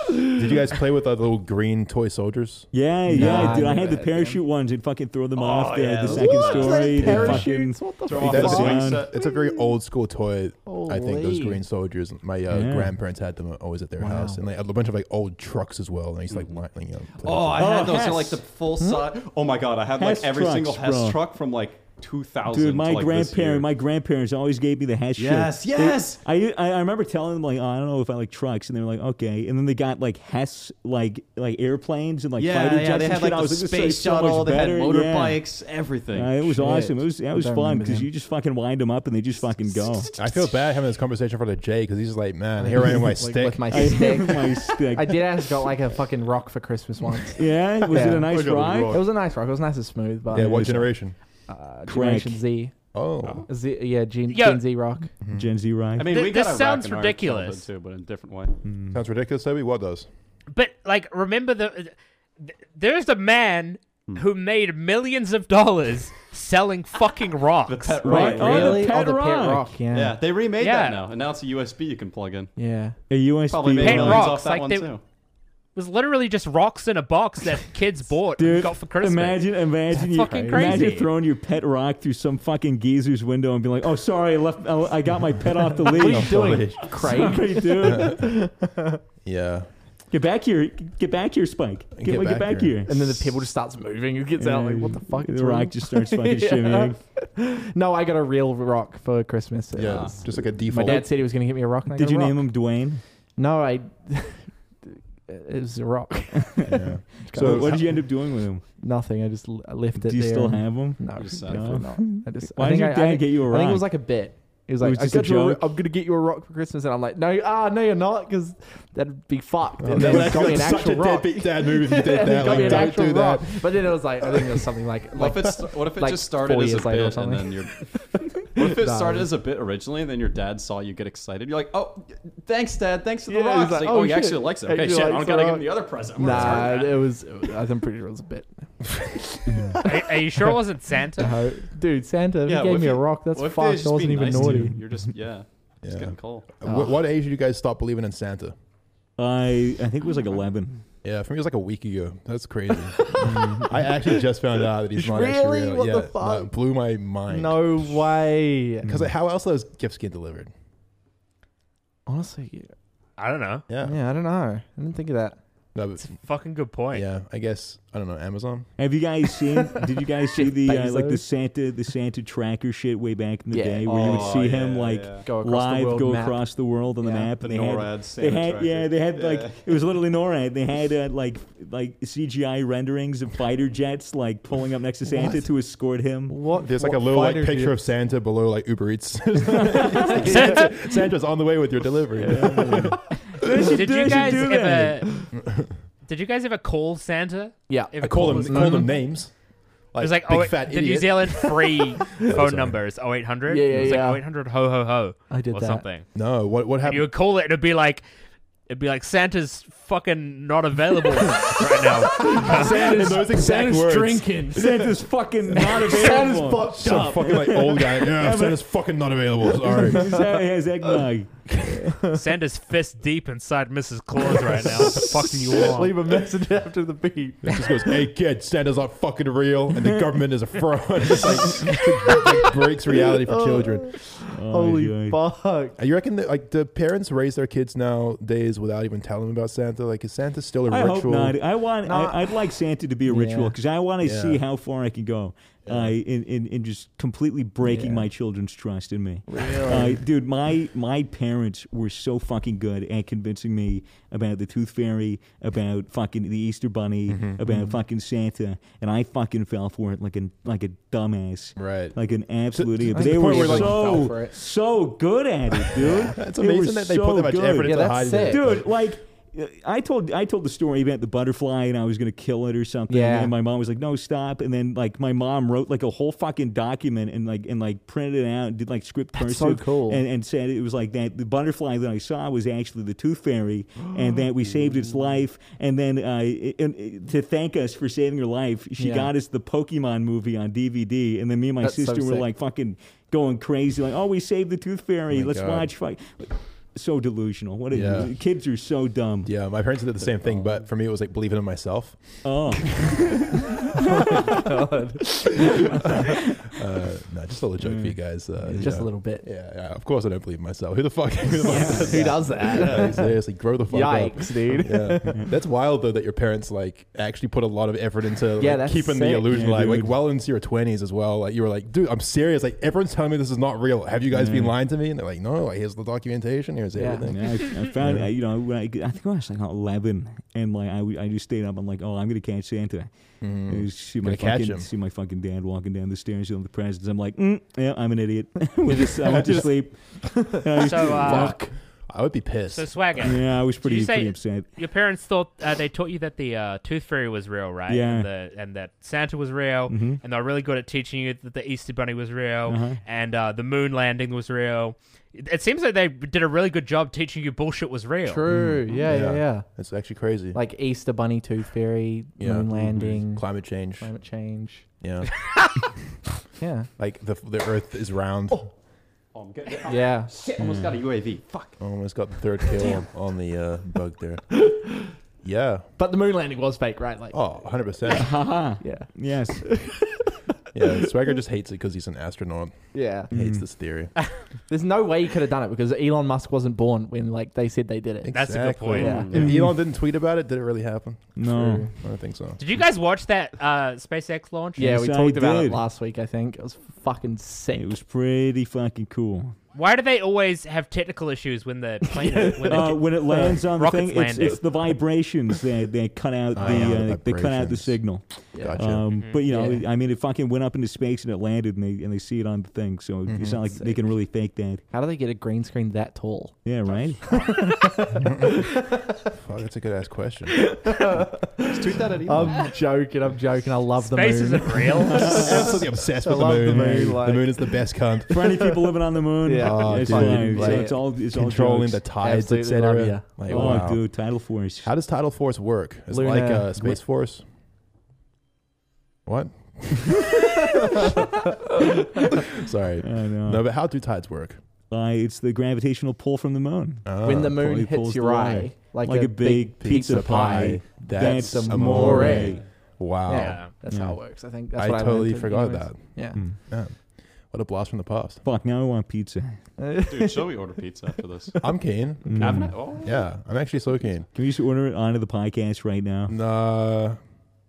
Did you guys play with our little green toy soldiers?
Yeah, yeah,
Nah,
dude. Oh, I
I
had the
bet,
parachute ones and fucking throw them off the,
yeah,
the
those-
second
What?
story.
Like
They fucking,
parachutes? What the
Throw off
That's
the
Fuck
swing
around.
set.
It's a very old school toy. I think those
Holy.
green soldiers. My uh,
Yeah.
grandparents had them always at their house, and like a bunch of like old trucks as well. And I used to like,
Mm-hmm.
li- like you know, play
Oh, I
with
had
Oh,
those. They're
Hess.
like the full size. Oh my god, I had like
Hess
every
trucks,
single Hess
bro.
truck from like 2000.
Dude, my
to, like, this year.
grandparent, my grandparents always gave me the Hess
Yes,
shirt. They-
yes!
I, I I remember telling them like, oh, I don't know if I like trucks, and they were like, okay. And then they got like Hess like like airplanes and like
yeah,
fighter
yeah,
jets.
they
and
had
shit.
like
I
the
was like, this is
space
so much
shuttle. They had
better. Yeah.
motorbikes, everything.
Uh, it was
Shit.
awesome. It was that was
don't
fun
remember
because
them.
you just fucking wind them up and they just fucking go.
that. I feel bad having this conversation in front of Jay because he's just like, man, here I am with my
Like,
stick.
With my
I
stick.
my stick.
I did ask got like a fucking rock for Christmas once.
Yeah, was it
Yeah.
a nice
Look at the
ride?
rock.
It was a nice rock. It was nice and smooth, but
yeah, what generation?
uh,
Crank.
Generation Z.
Oh,
Z yeah, Gen,
Yo.
Gen Z rock.
Gen Z ride.
I mean,
Th-
we
this
got a
sounds
rock and roll childhood
ridiculous.
too, but in a different way.
Mm.
sounds ridiculous, Toby. What does?
But like, remember the th- there's a man who made millions of dollars selling fucking rocks.
Pet
Right.
rock.
Oh, the
really?
Pet
oh, the
Rock.
pet rock. Yeah.
Yeah, they remade
Yeah.
that now, and now it's a USB you can plug in.
Yeah.
a USB.
Probably made
Pet
millions
Rock.
off that
like
one
they-
too.
was literally just rocks in a box that kids bought
Dude,
and got for Christmas.
imagine, imagine
That's
you,
fucking
imagine
crazy.
throwing your pet rock through some fucking geezer's window and being like, "Oh, sorry, I left, I, I got my pet off the leash."
Doing Craig.
Sorry, dude.
Yeah,
Get back here! Get back here, Spike! Get,
Get
get, back,
back
here!
here.
And then the pebble just starts moving. It gets out like, what the fuck? It's
The rock
wrong?
just starts fucking
Yeah.
shimmying.
No, I got a real rock for Christmas. It
yeah,
was-
just like a
My
default.
dad said he was going to get me a rock. And I
Did
got a
you
rock.
name him Dwayne?
No, I. it was a rock.
Yeah.
So
So
what did you end up doing with him?
Nothing. I just l- I left it.
Do you
there
still
and-
have him?
No,
Just sad
definitely not. I just.
Why
I
did
um, think
your
I-
dad
I, think-
get you a
I think
rock?
it was like a bit. It was
It
like,
was
I
just a
got you a
joke?
I'm gonna get you a rock for Christmas, and I'm like, no, ah, no, you're not, because that'd be
Oh,
fucked. And then he
that's
got me an
such
actual
a
rock.
dead
And
beat dad move if you
he
did that.
got me
Like,
an
don't
actual
do
rock.
that.
But then it was like, I think it was something like,
What
like
if it's what if it
like
just started
four
as a
years later or
bit and
something.
then your what if it
Nah.
started as a bit originally and then your dad saw you get excited you're like oh thanks dad thanks for the
Yeah,
rock
he's
It's
like,
like,
"Oh,
oh, he
shit.
actually likes it okay
Actually
shit I
likes
don't
the
gotta give him
rock."
the other present I'm gonna
nah,
start with
it
that.
was. I'm pretty sure it was a bit.
are, are you sure it wasn't Santa?
No, dude, Santa, if he
Yeah, what
gave
if
me a
you-
rock. That's
what if
fucked.
they
I
just be
wasn't even
nice to you?
naughty.
you're just yeah just
Yeah.
getting cold
What, what age did you guys stop believing in Santa?
I I think it was like eleven.
Yeah, for me it was like a week ago. That's crazy. I actually just found out that he's not actually
Really?
real.
What
yeah,
the fuck?
that blew my mind.
No way.
because Mm. like, how else are those gifts get delivered?
Honestly, yeah.
I don't know.
Yeah,
yeah, I don't know. I didn't think of that.
No, but-
It's a fucking good point.
yeah. I guess I don't know Amazon.
Have you guys seen? did you guys see the uh, like the
Bezos.
Santa the Santa tracker shit way back in the
Yeah.
day where you would
Oh,
see
yeah,
him like
yeah.
Go across the
live
world
go
map.
across the world on the
Yeah.
map?
the
and they had-
NORAD
They
Santa
had,
tracker.
yeah, they had like
Yeah.
it was literally NORAD. They had uh, like like CGI renderings of fighter jets like pulling up next to Santa to escort him.
What?
There's like a little like picture of Santa below like Uber Eats.
Santa-
Santa's on the way with your delivery.
did you
should
guys
do
ever? did you guys ever call Santa?
Yeah.
I
Ever
call them
him-
call them names.
It
Like,
was like
big
oh,
fat
the
idiot.
New Zealand free phone
sorry.
numbers 0800.
Yeah,
It was
yeah,
like
yeah.
0800 ho ho ho
I did
or
that.
something.
No, what what
And you
happened?
would call it, it'd be like, it'd be like Santa's fucking not available right now.
Santa's, those exact words.
drinking.
Santa's fucking not
Santa's
available.
fucked
Some
up.
fucking like old guy. Yeah, Santa's fucking not available. Sorry.
He has eggnog.
Santa's fist deep inside Mrs. Claus right now. What the fuck do you want?
Leave a message after the beep.
It just goes, hey kid, Santa's not fucking real, and the government is a fraud. It's like, like, breaks reality for children.
Oh,
Holy
God.
fuck.
You reckon that like do parents raise their kids nowadays without even telling them about Santa? Santa? Like, is Santa still a
I
ritual?
hope not. I want.
Nah.
I, I'd like Santa to be a
Yeah.
ritual because I want to
Yeah.
see how far I can go uh, in, in in just completely breaking
Yeah.
my children's trust in me.
Really?
Uh, dude, my my parents were so fucking good at convincing me about the Tooth Fairy, about fucking the Easter Bunny,
Mm-hmm,
about fucking Santa, and I fucking fell for it like a like a dumbass.
Right.
Like an absolute
to
idiot.
the
But They
point where,
were
like, you
fell for
so
it.
so good at it, dude.
That's
They were
amazing that they put
so
that much
good
effort into
that's
hiding
sick.
it.
dude like I told I told the story about the butterfly and I was gonna kill it or something.
Yeah.
And my mom was like, "No, stop!" And then like my mom wrote like a whole fucking document and like and like printed it out and did like script
That's so
cursive
cool.
and, and said it was like that the butterfly that I saw was actually the tooth fairy and that we saved its life and then uh, it- and, uh, to thank us for saving her life she
Yeah.
got us the Pokemon movie on DVD and then me and my
That's so
sister were
sick. Oh
like fucking going crazy like oh we saved the tooth fairy
my
let's
God.
watch fuck so delusional what a
Yeah.
Kids are so dumb.
Yeah, my parents did the same thing,
Um,
but for me, it was like believing in myself.
Oh,
Oh
Uh, no, just a little joke for
Mm.
you guys. Uh,
Just
yeah.
a little bit.
Yeah, yeah, of course I don't believe in myself. Who the fuck? Who, the fuck does
Who
that?
does that?
Yeah, seriously, grow the fuck up.
Yikes, dude.
Yeah. That's wild though that your parents like actually put a lot of effort into like,
Yeah, that's
keeping the
sick.
illusion
Yeah,
like, like
dude.
well into your twenties as well. Like you were like, dude, I'm serious. Like everyone's telling me this is not real. Have you guys
Mm.
been lying to me? And they're like, no. Like here's the documentation. Here's
Yeah.
everything.
I, I found I, you know when I, I think I was like eleven, and like I, w- I just stayed up. I'm like, oh, I'm gonna catch Santa. I just see
Mm-hmm.
my
Gonna catch
fucking
him.
see my fucking dad walking down the stairs on the presents. I'm like, mm, yeah, I'm an idiot. we just I went to sleep. And I was-
So, uh,
Fuck. I would be pissed.
so swagger.
yeah, I was pretty
you say-
pretty upset.
Your parents thought uh, they taught you that the uh, tooth fairy was real, right?
Yeah.
And, the, and that Santa was real, and they're really good at teaching you that the Easter Bunny was real, and uh, the moon landing was real. It it seems like they did a really good job teaching you bullshit was real.
True. Yeah, yeah, yeah,
It's actually crazy.
Like Easter Bunny, Tooth Fairy,
Yeah.
Moon Landing,
climate change.
Climate Change.
Yeah,
Yeah.
like the the Earth is round. Oh.
Oh, I'm getting, oh,
Yeah.
shit, almost got a UAV. Fuck.
Oh, Almost got the third kill on, on the uh, bug there. Yeah.
But the moon landing was fake, right? Like,
Oh, 100 percent.
Haha.
yeah.
Yes.
Yeah, Swagger just hates it because he's an astronaut.
Yeah.
Hates this theory.
There's no way you could have done it because Elon Musk wasn't born when like they said they did it.
That's a good point.
Yeah. Mm.
If Elon didn't tweet about it, did it really happen?
No.
True.
I don't think so.
Did you guys watch that uh, SpaceX launch?
Yeah,
Yes,
we
I
talked about it
did.
last week, I think. It was fucking sick.
It was pretty fucking cool.
Why do they always have technical issues when the plane when
Uh,
the,
when it lands on the
rockets
thing, it's,
landed.
it's the vibrations that they cut out the
Ah, yeah, the
uh, they cut out the
vibrations.
signal.
Gotcha.
Um, But you know,
Yeah.
I mean, it fucking went up into space and it landed, and they and they see it on the thing. So
Mm-hmm.
it's not like they can really fake that.
How do they get a green screen that tall?
Yeah, right.
Fuck, that's a good ass question.
Just tweet that at
I'm joking, I'm joking. I love
space
the moon.
isn't real?
Oh, Absolutely obsessed with the
love the
moon.
moon,
the
like-
moon is the best cunt.
For any people living on the moon,
Yeah.
Oh,
it's
dude,
fine.
like,
so it's all it's all
Controlling the
jokes.
tides,
Absolutely love
etc.
ya.
Like,
oh,
wow.
dude, tidal force.
How does tidal force work? It's
Luna-
like uh, space force. What? Sorry.
I know.
No, but how do tides work?
Uh, it's the gravitational pull from the moon.
when the
Ah,
moon
Polly
hits
pulls
your
the
eye,
wire.
like,
Like a big pizza pie.
That's,
That's
amore.
amore.
Wow.
Yeah.
That's
Yeah.
how it works. I think that's
I
what
totally
learned
forgot
anyways.
that.
Yeah.
Mm.
Yeah. What a blast from the past.
Fuck, now I want pizza.
Dude, shall we order pizza after this?
I'm keen.
Mm.
Haven't I? Oh.
Yeah, I'm actually so keen.
Can we just order it onto the podcast right
Hmm.
now?
Nah,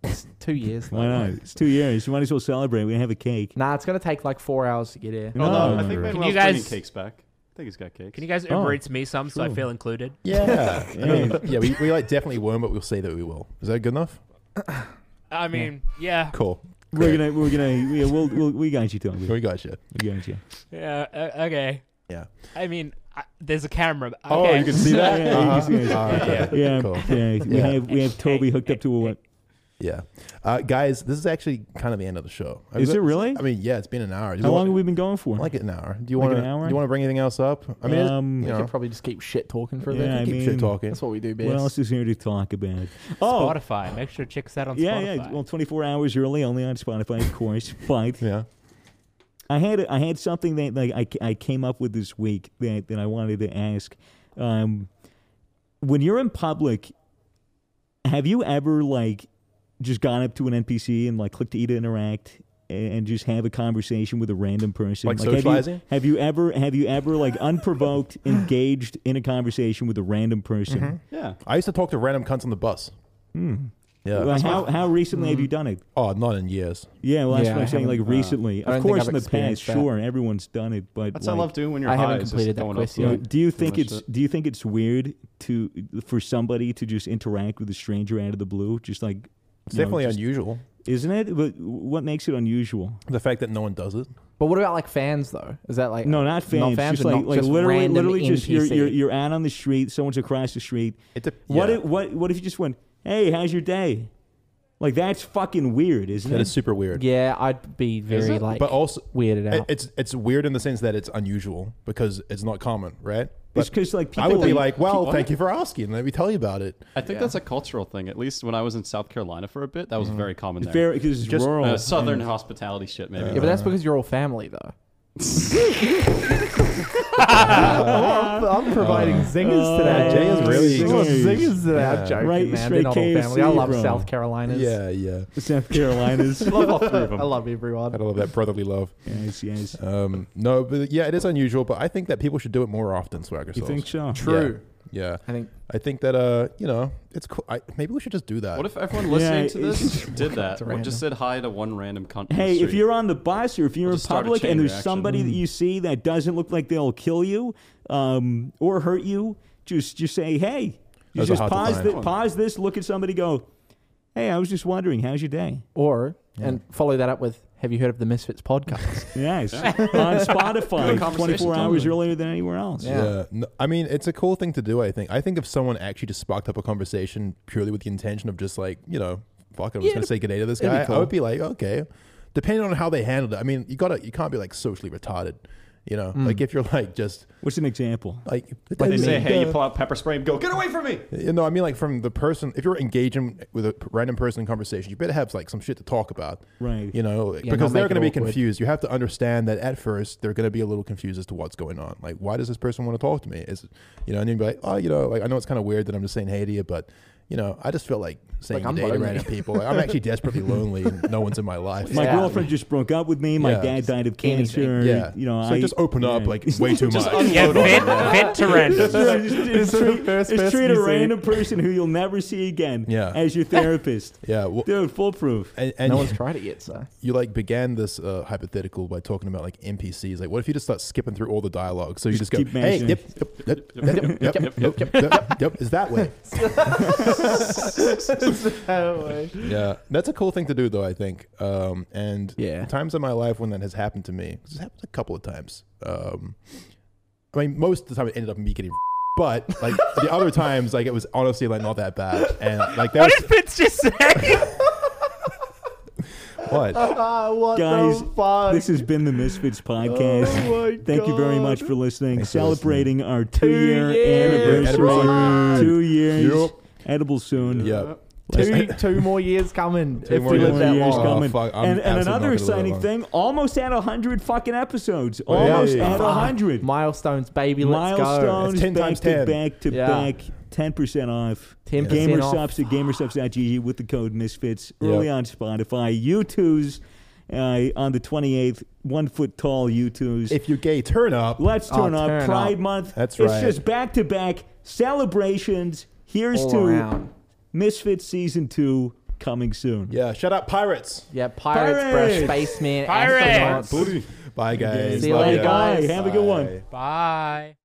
It's two years.
Why
though.
not? It's two years. You might as well celebrate. We have a cake.
Nah, it's gonna take like four hours to get here.
Oh, no,
No.
I think
Can
Manuel's
you guys-
bringing cakes back. I think he's got cakes.
Can you guys Uber
Oh,
Eats me some so I
true.
feel included?
yeah, I mean,
Yeah.
yeah. We, we like definitely won't, but we'll say that we will. Is that good enough?
I mean, yeah,
Cool.
We're gonna, we're gonna, yeah, we'll, we'll, we got you, Toby.
We got you.
We got you.
yeah, uh, okay.
Yeah.
I mean, I, there's a camera. Okay.
Oh, you can see that.
Yeah, you can see it.
Ah, okay.
Uh-huh. Yeah,
Cool.
yeah, we
Yeah.
have we have Toby hooked up to a.
Yeah, uh, guys, this is actually kind of the end of the show. I
Is
was-
it really?
I mean, yeah, it's been an hour. Do you
How long
want-
have we been going for?
Like an hour. Do you
Like
want
an hour?
to? Do you want to bring anything else up? I mean, it's-
Um,
you
We
know,
could probably just keep shit talking for a
Yeah,
bit.
I
keep
mean,
shit talking.
That's what we do best.
what else is here to talk about? Oh,
Spotify. Make sure to check us out on
yeah,
Spotify.
yeah. Well, 24 hours early, only on Spotify, of course. but
Yeah.
I had I had something that like I, I came up with this week that, that I wanted to ask. Um, when you're in public, have you ever like just gone up to an NPC and like clicked E to interact and just have a conversation with a random person.
Like
have you-
socializing?
Have you, ever have you ever like unprovoked engaged in a conversation with a random person?
Mm-hmm.
Yeah.
I used to talk to random cunts on the bus. Yeah.
Hmm. Well, how, how recently have you done it?
oh, not in years.
Yeah, well,
Mm-hmm.
that's
Yeah,
what
I
I'm saying. Like
haven't, uh, I
recently,
don't
of
think
course,
I've
in the past,
experienced that.
sure, everyone's done it, but
That's
like,
what I love doing when you're
I
high.
haven't
is just
completed that
no one
quest
else
you know,
around.
do you think
Doing that
it's
shit.
do you think it's weird to for somebody to just interact with a stranger out of the blue? Just like
It's
you know,
definitely
just-
unusual.
isn't it? But what makes it unusual?
The fact that no one does it.
But what about like fans though? Is that like
No, not fans.
Not fans,
just
but
like,
not
like
just
literally,
random
literally, just you're,
NPC.
you're you're out on the street. Someone's across the street.
It's a,
What
yeah.
if what what if you just went, "Hey, how's your day?" Like that's fucking weird, isn't
That
it?
is super weird.
Yeah, I'd be very
it?
like
but also,
weirded
it,
out.
it's it's weird in the sense that it's unusual because it's not common, right? But
It's because like people
I would be
like-
like, well,
What?
thank you for asking. Let me tell you about it.
I think that's a cultural thing. At least when I was in South Carolina for a bit,
Mm-hmm.
that was very common there.
fair because it's
Just,
rural.
Uh, Southern hospitality shit, maybe.
yeah, but that's because you're all family though. I'm, I'm providing zingers
Uh,
today.
Jay is really-
Oh,
zingers.
zingers today.
Yeah.
I'm joking,
Right,
man. They're
straight
not all family. I
KFC,
love
bro.
South Carolinas.
Yeah, yeah.
South Carolina's.
I love all three of them. I love everyone.
I love that brotherly love.
yes, yes.
Um, no, but yeah, it is unusual. But I think that people should do it more often, Swagger.
You think so?
True.
Yeah.
I think
I think that uh, you know, it's cool. I, maybe we should just do that.
What if everyone listening to
it's-
this did that?
to
Or just said hi to one random cunt.
Hey, if you're on the bus or if you're in
just start a
public
chain
and there's
reaction.
somebody
Mm.
that you see that doesn't look like they'll kill you um, or hurt you, just just say, "Hey." You
Those are
just
hard to
pause,
find.
thi- pause this, look at somebody, go, "Hey, I was just wondering, how's your day?"
or and follow that up with Have you heard of the Misfits podcast?
Yes, on Spotify,
Good conversation
24 hours
totally.
earlier than anywhere else.
Yeah. No, I mean, it's a cool thing to do. I think. I think if someone actually just sparked up a conversation purely with the intention of just like, you know, fuck, it, I'm just gonna say good day to this guy. I would be like, okay. Depending on how they handled it, I mean, you gotta, you can't be like socially retarded. You know, like if you're like just
What's an example?
like,
they say,
Yeah.
hey, you pull out pepper spray and go, get away from me.
You know, I mean, like from the person, if you're engaging with a random person in conversation, you better have like some shit to talk about.
Right.
You know,
Yeah,
because
don't
they're
make it
going to be
awkward.
confused. You have to understand that at first they're going to be a little confused as to what's going on. Like, why does this person want to talk to me? Is, you know, and you'd be like, oh, you know, like I know it's kind of weird that I'm just saying hey to you, but you know, I just feel like saying
Like, I'm
hey to
lonely.
random people. Like, I'm actually desperately lonely and no one's in my life.
My
Yeah.
girlfriend just broke up with me. My
Yeah.
dad died of
Anything.
cancer.
yeah.
You know,
so
I
just open up
yeah.
like way too much.
Yeah, vent, vent to
Just-
random.
just- just
Sort of
treat-
first
just
person
treat a
you see.
random person who you'll never see again
Yeah.
as your therapist.
yeah. Well,
Dude, foolproof.
and, and
no one's tried it yet, so
you like began this uh, hypothetical by talking about like NPCs. Like, what if you just start skipping through all the dialogue? So you just,
Just
go,
keep
hey,
mentioning
yep, yep, yep, yep, yep, yep, yep, yep, yep, yep, yep, is that way? Yeah, that's a cool thing to do, though. I think. Um, and
Yeah.
times in my life when that has happened to me, 'cause it's happened a couple of times. Um, I mean, most of the time it ended up me getting. But like the other times, like it was honestly like not that bad, and like that
What
was
did Fitz just say?
what
what
Guys,
fuck?
This has been the Misfits Podcast.
Oh my
Thank you very
God.
much for listening.
Thanks for
Celebrating our two, year
years.
anniversary.
Anniversary.
Two years.
Yep.
Edible soon.
yeah.
two, two more years coming if
more
we live
years.
that
Two more
long.
years coming. Oh, fuck, I'm
and, and
absolutely
another
not gonna live that
exciting
long.
thing, almost at 100 fucking episodes.
Oh, yeah.
almost
Yeah.
at
Fuck.
a 100.
Milestones, baby. Let's go.
Ah. Milestones
That's 10
back
times 10.
to back to
Yeah.
back. 10% off.
10%
Gamer
off.
subs at gamersubs.gg E with the code Misfits.
Yeah.
Early on Spotify. U2s uh, on the 28th. One foot tall U2s.
If you're gay, turn up.
Let's
Oh,
turn up
turn
Pride
up.
Month.
That's
it's
right.
just back to back celebrations. Here's
All
to
around.
Misfits Season 2 coming soon.
Yeah, shut up, pirates.
Yeah, pirates,
Pirates!
bro, spaceman,
Pirates!
astronauts.
Bye, guys.
See you
Love
later,
ya.
guys. Have a good one.
Bye.
Bye.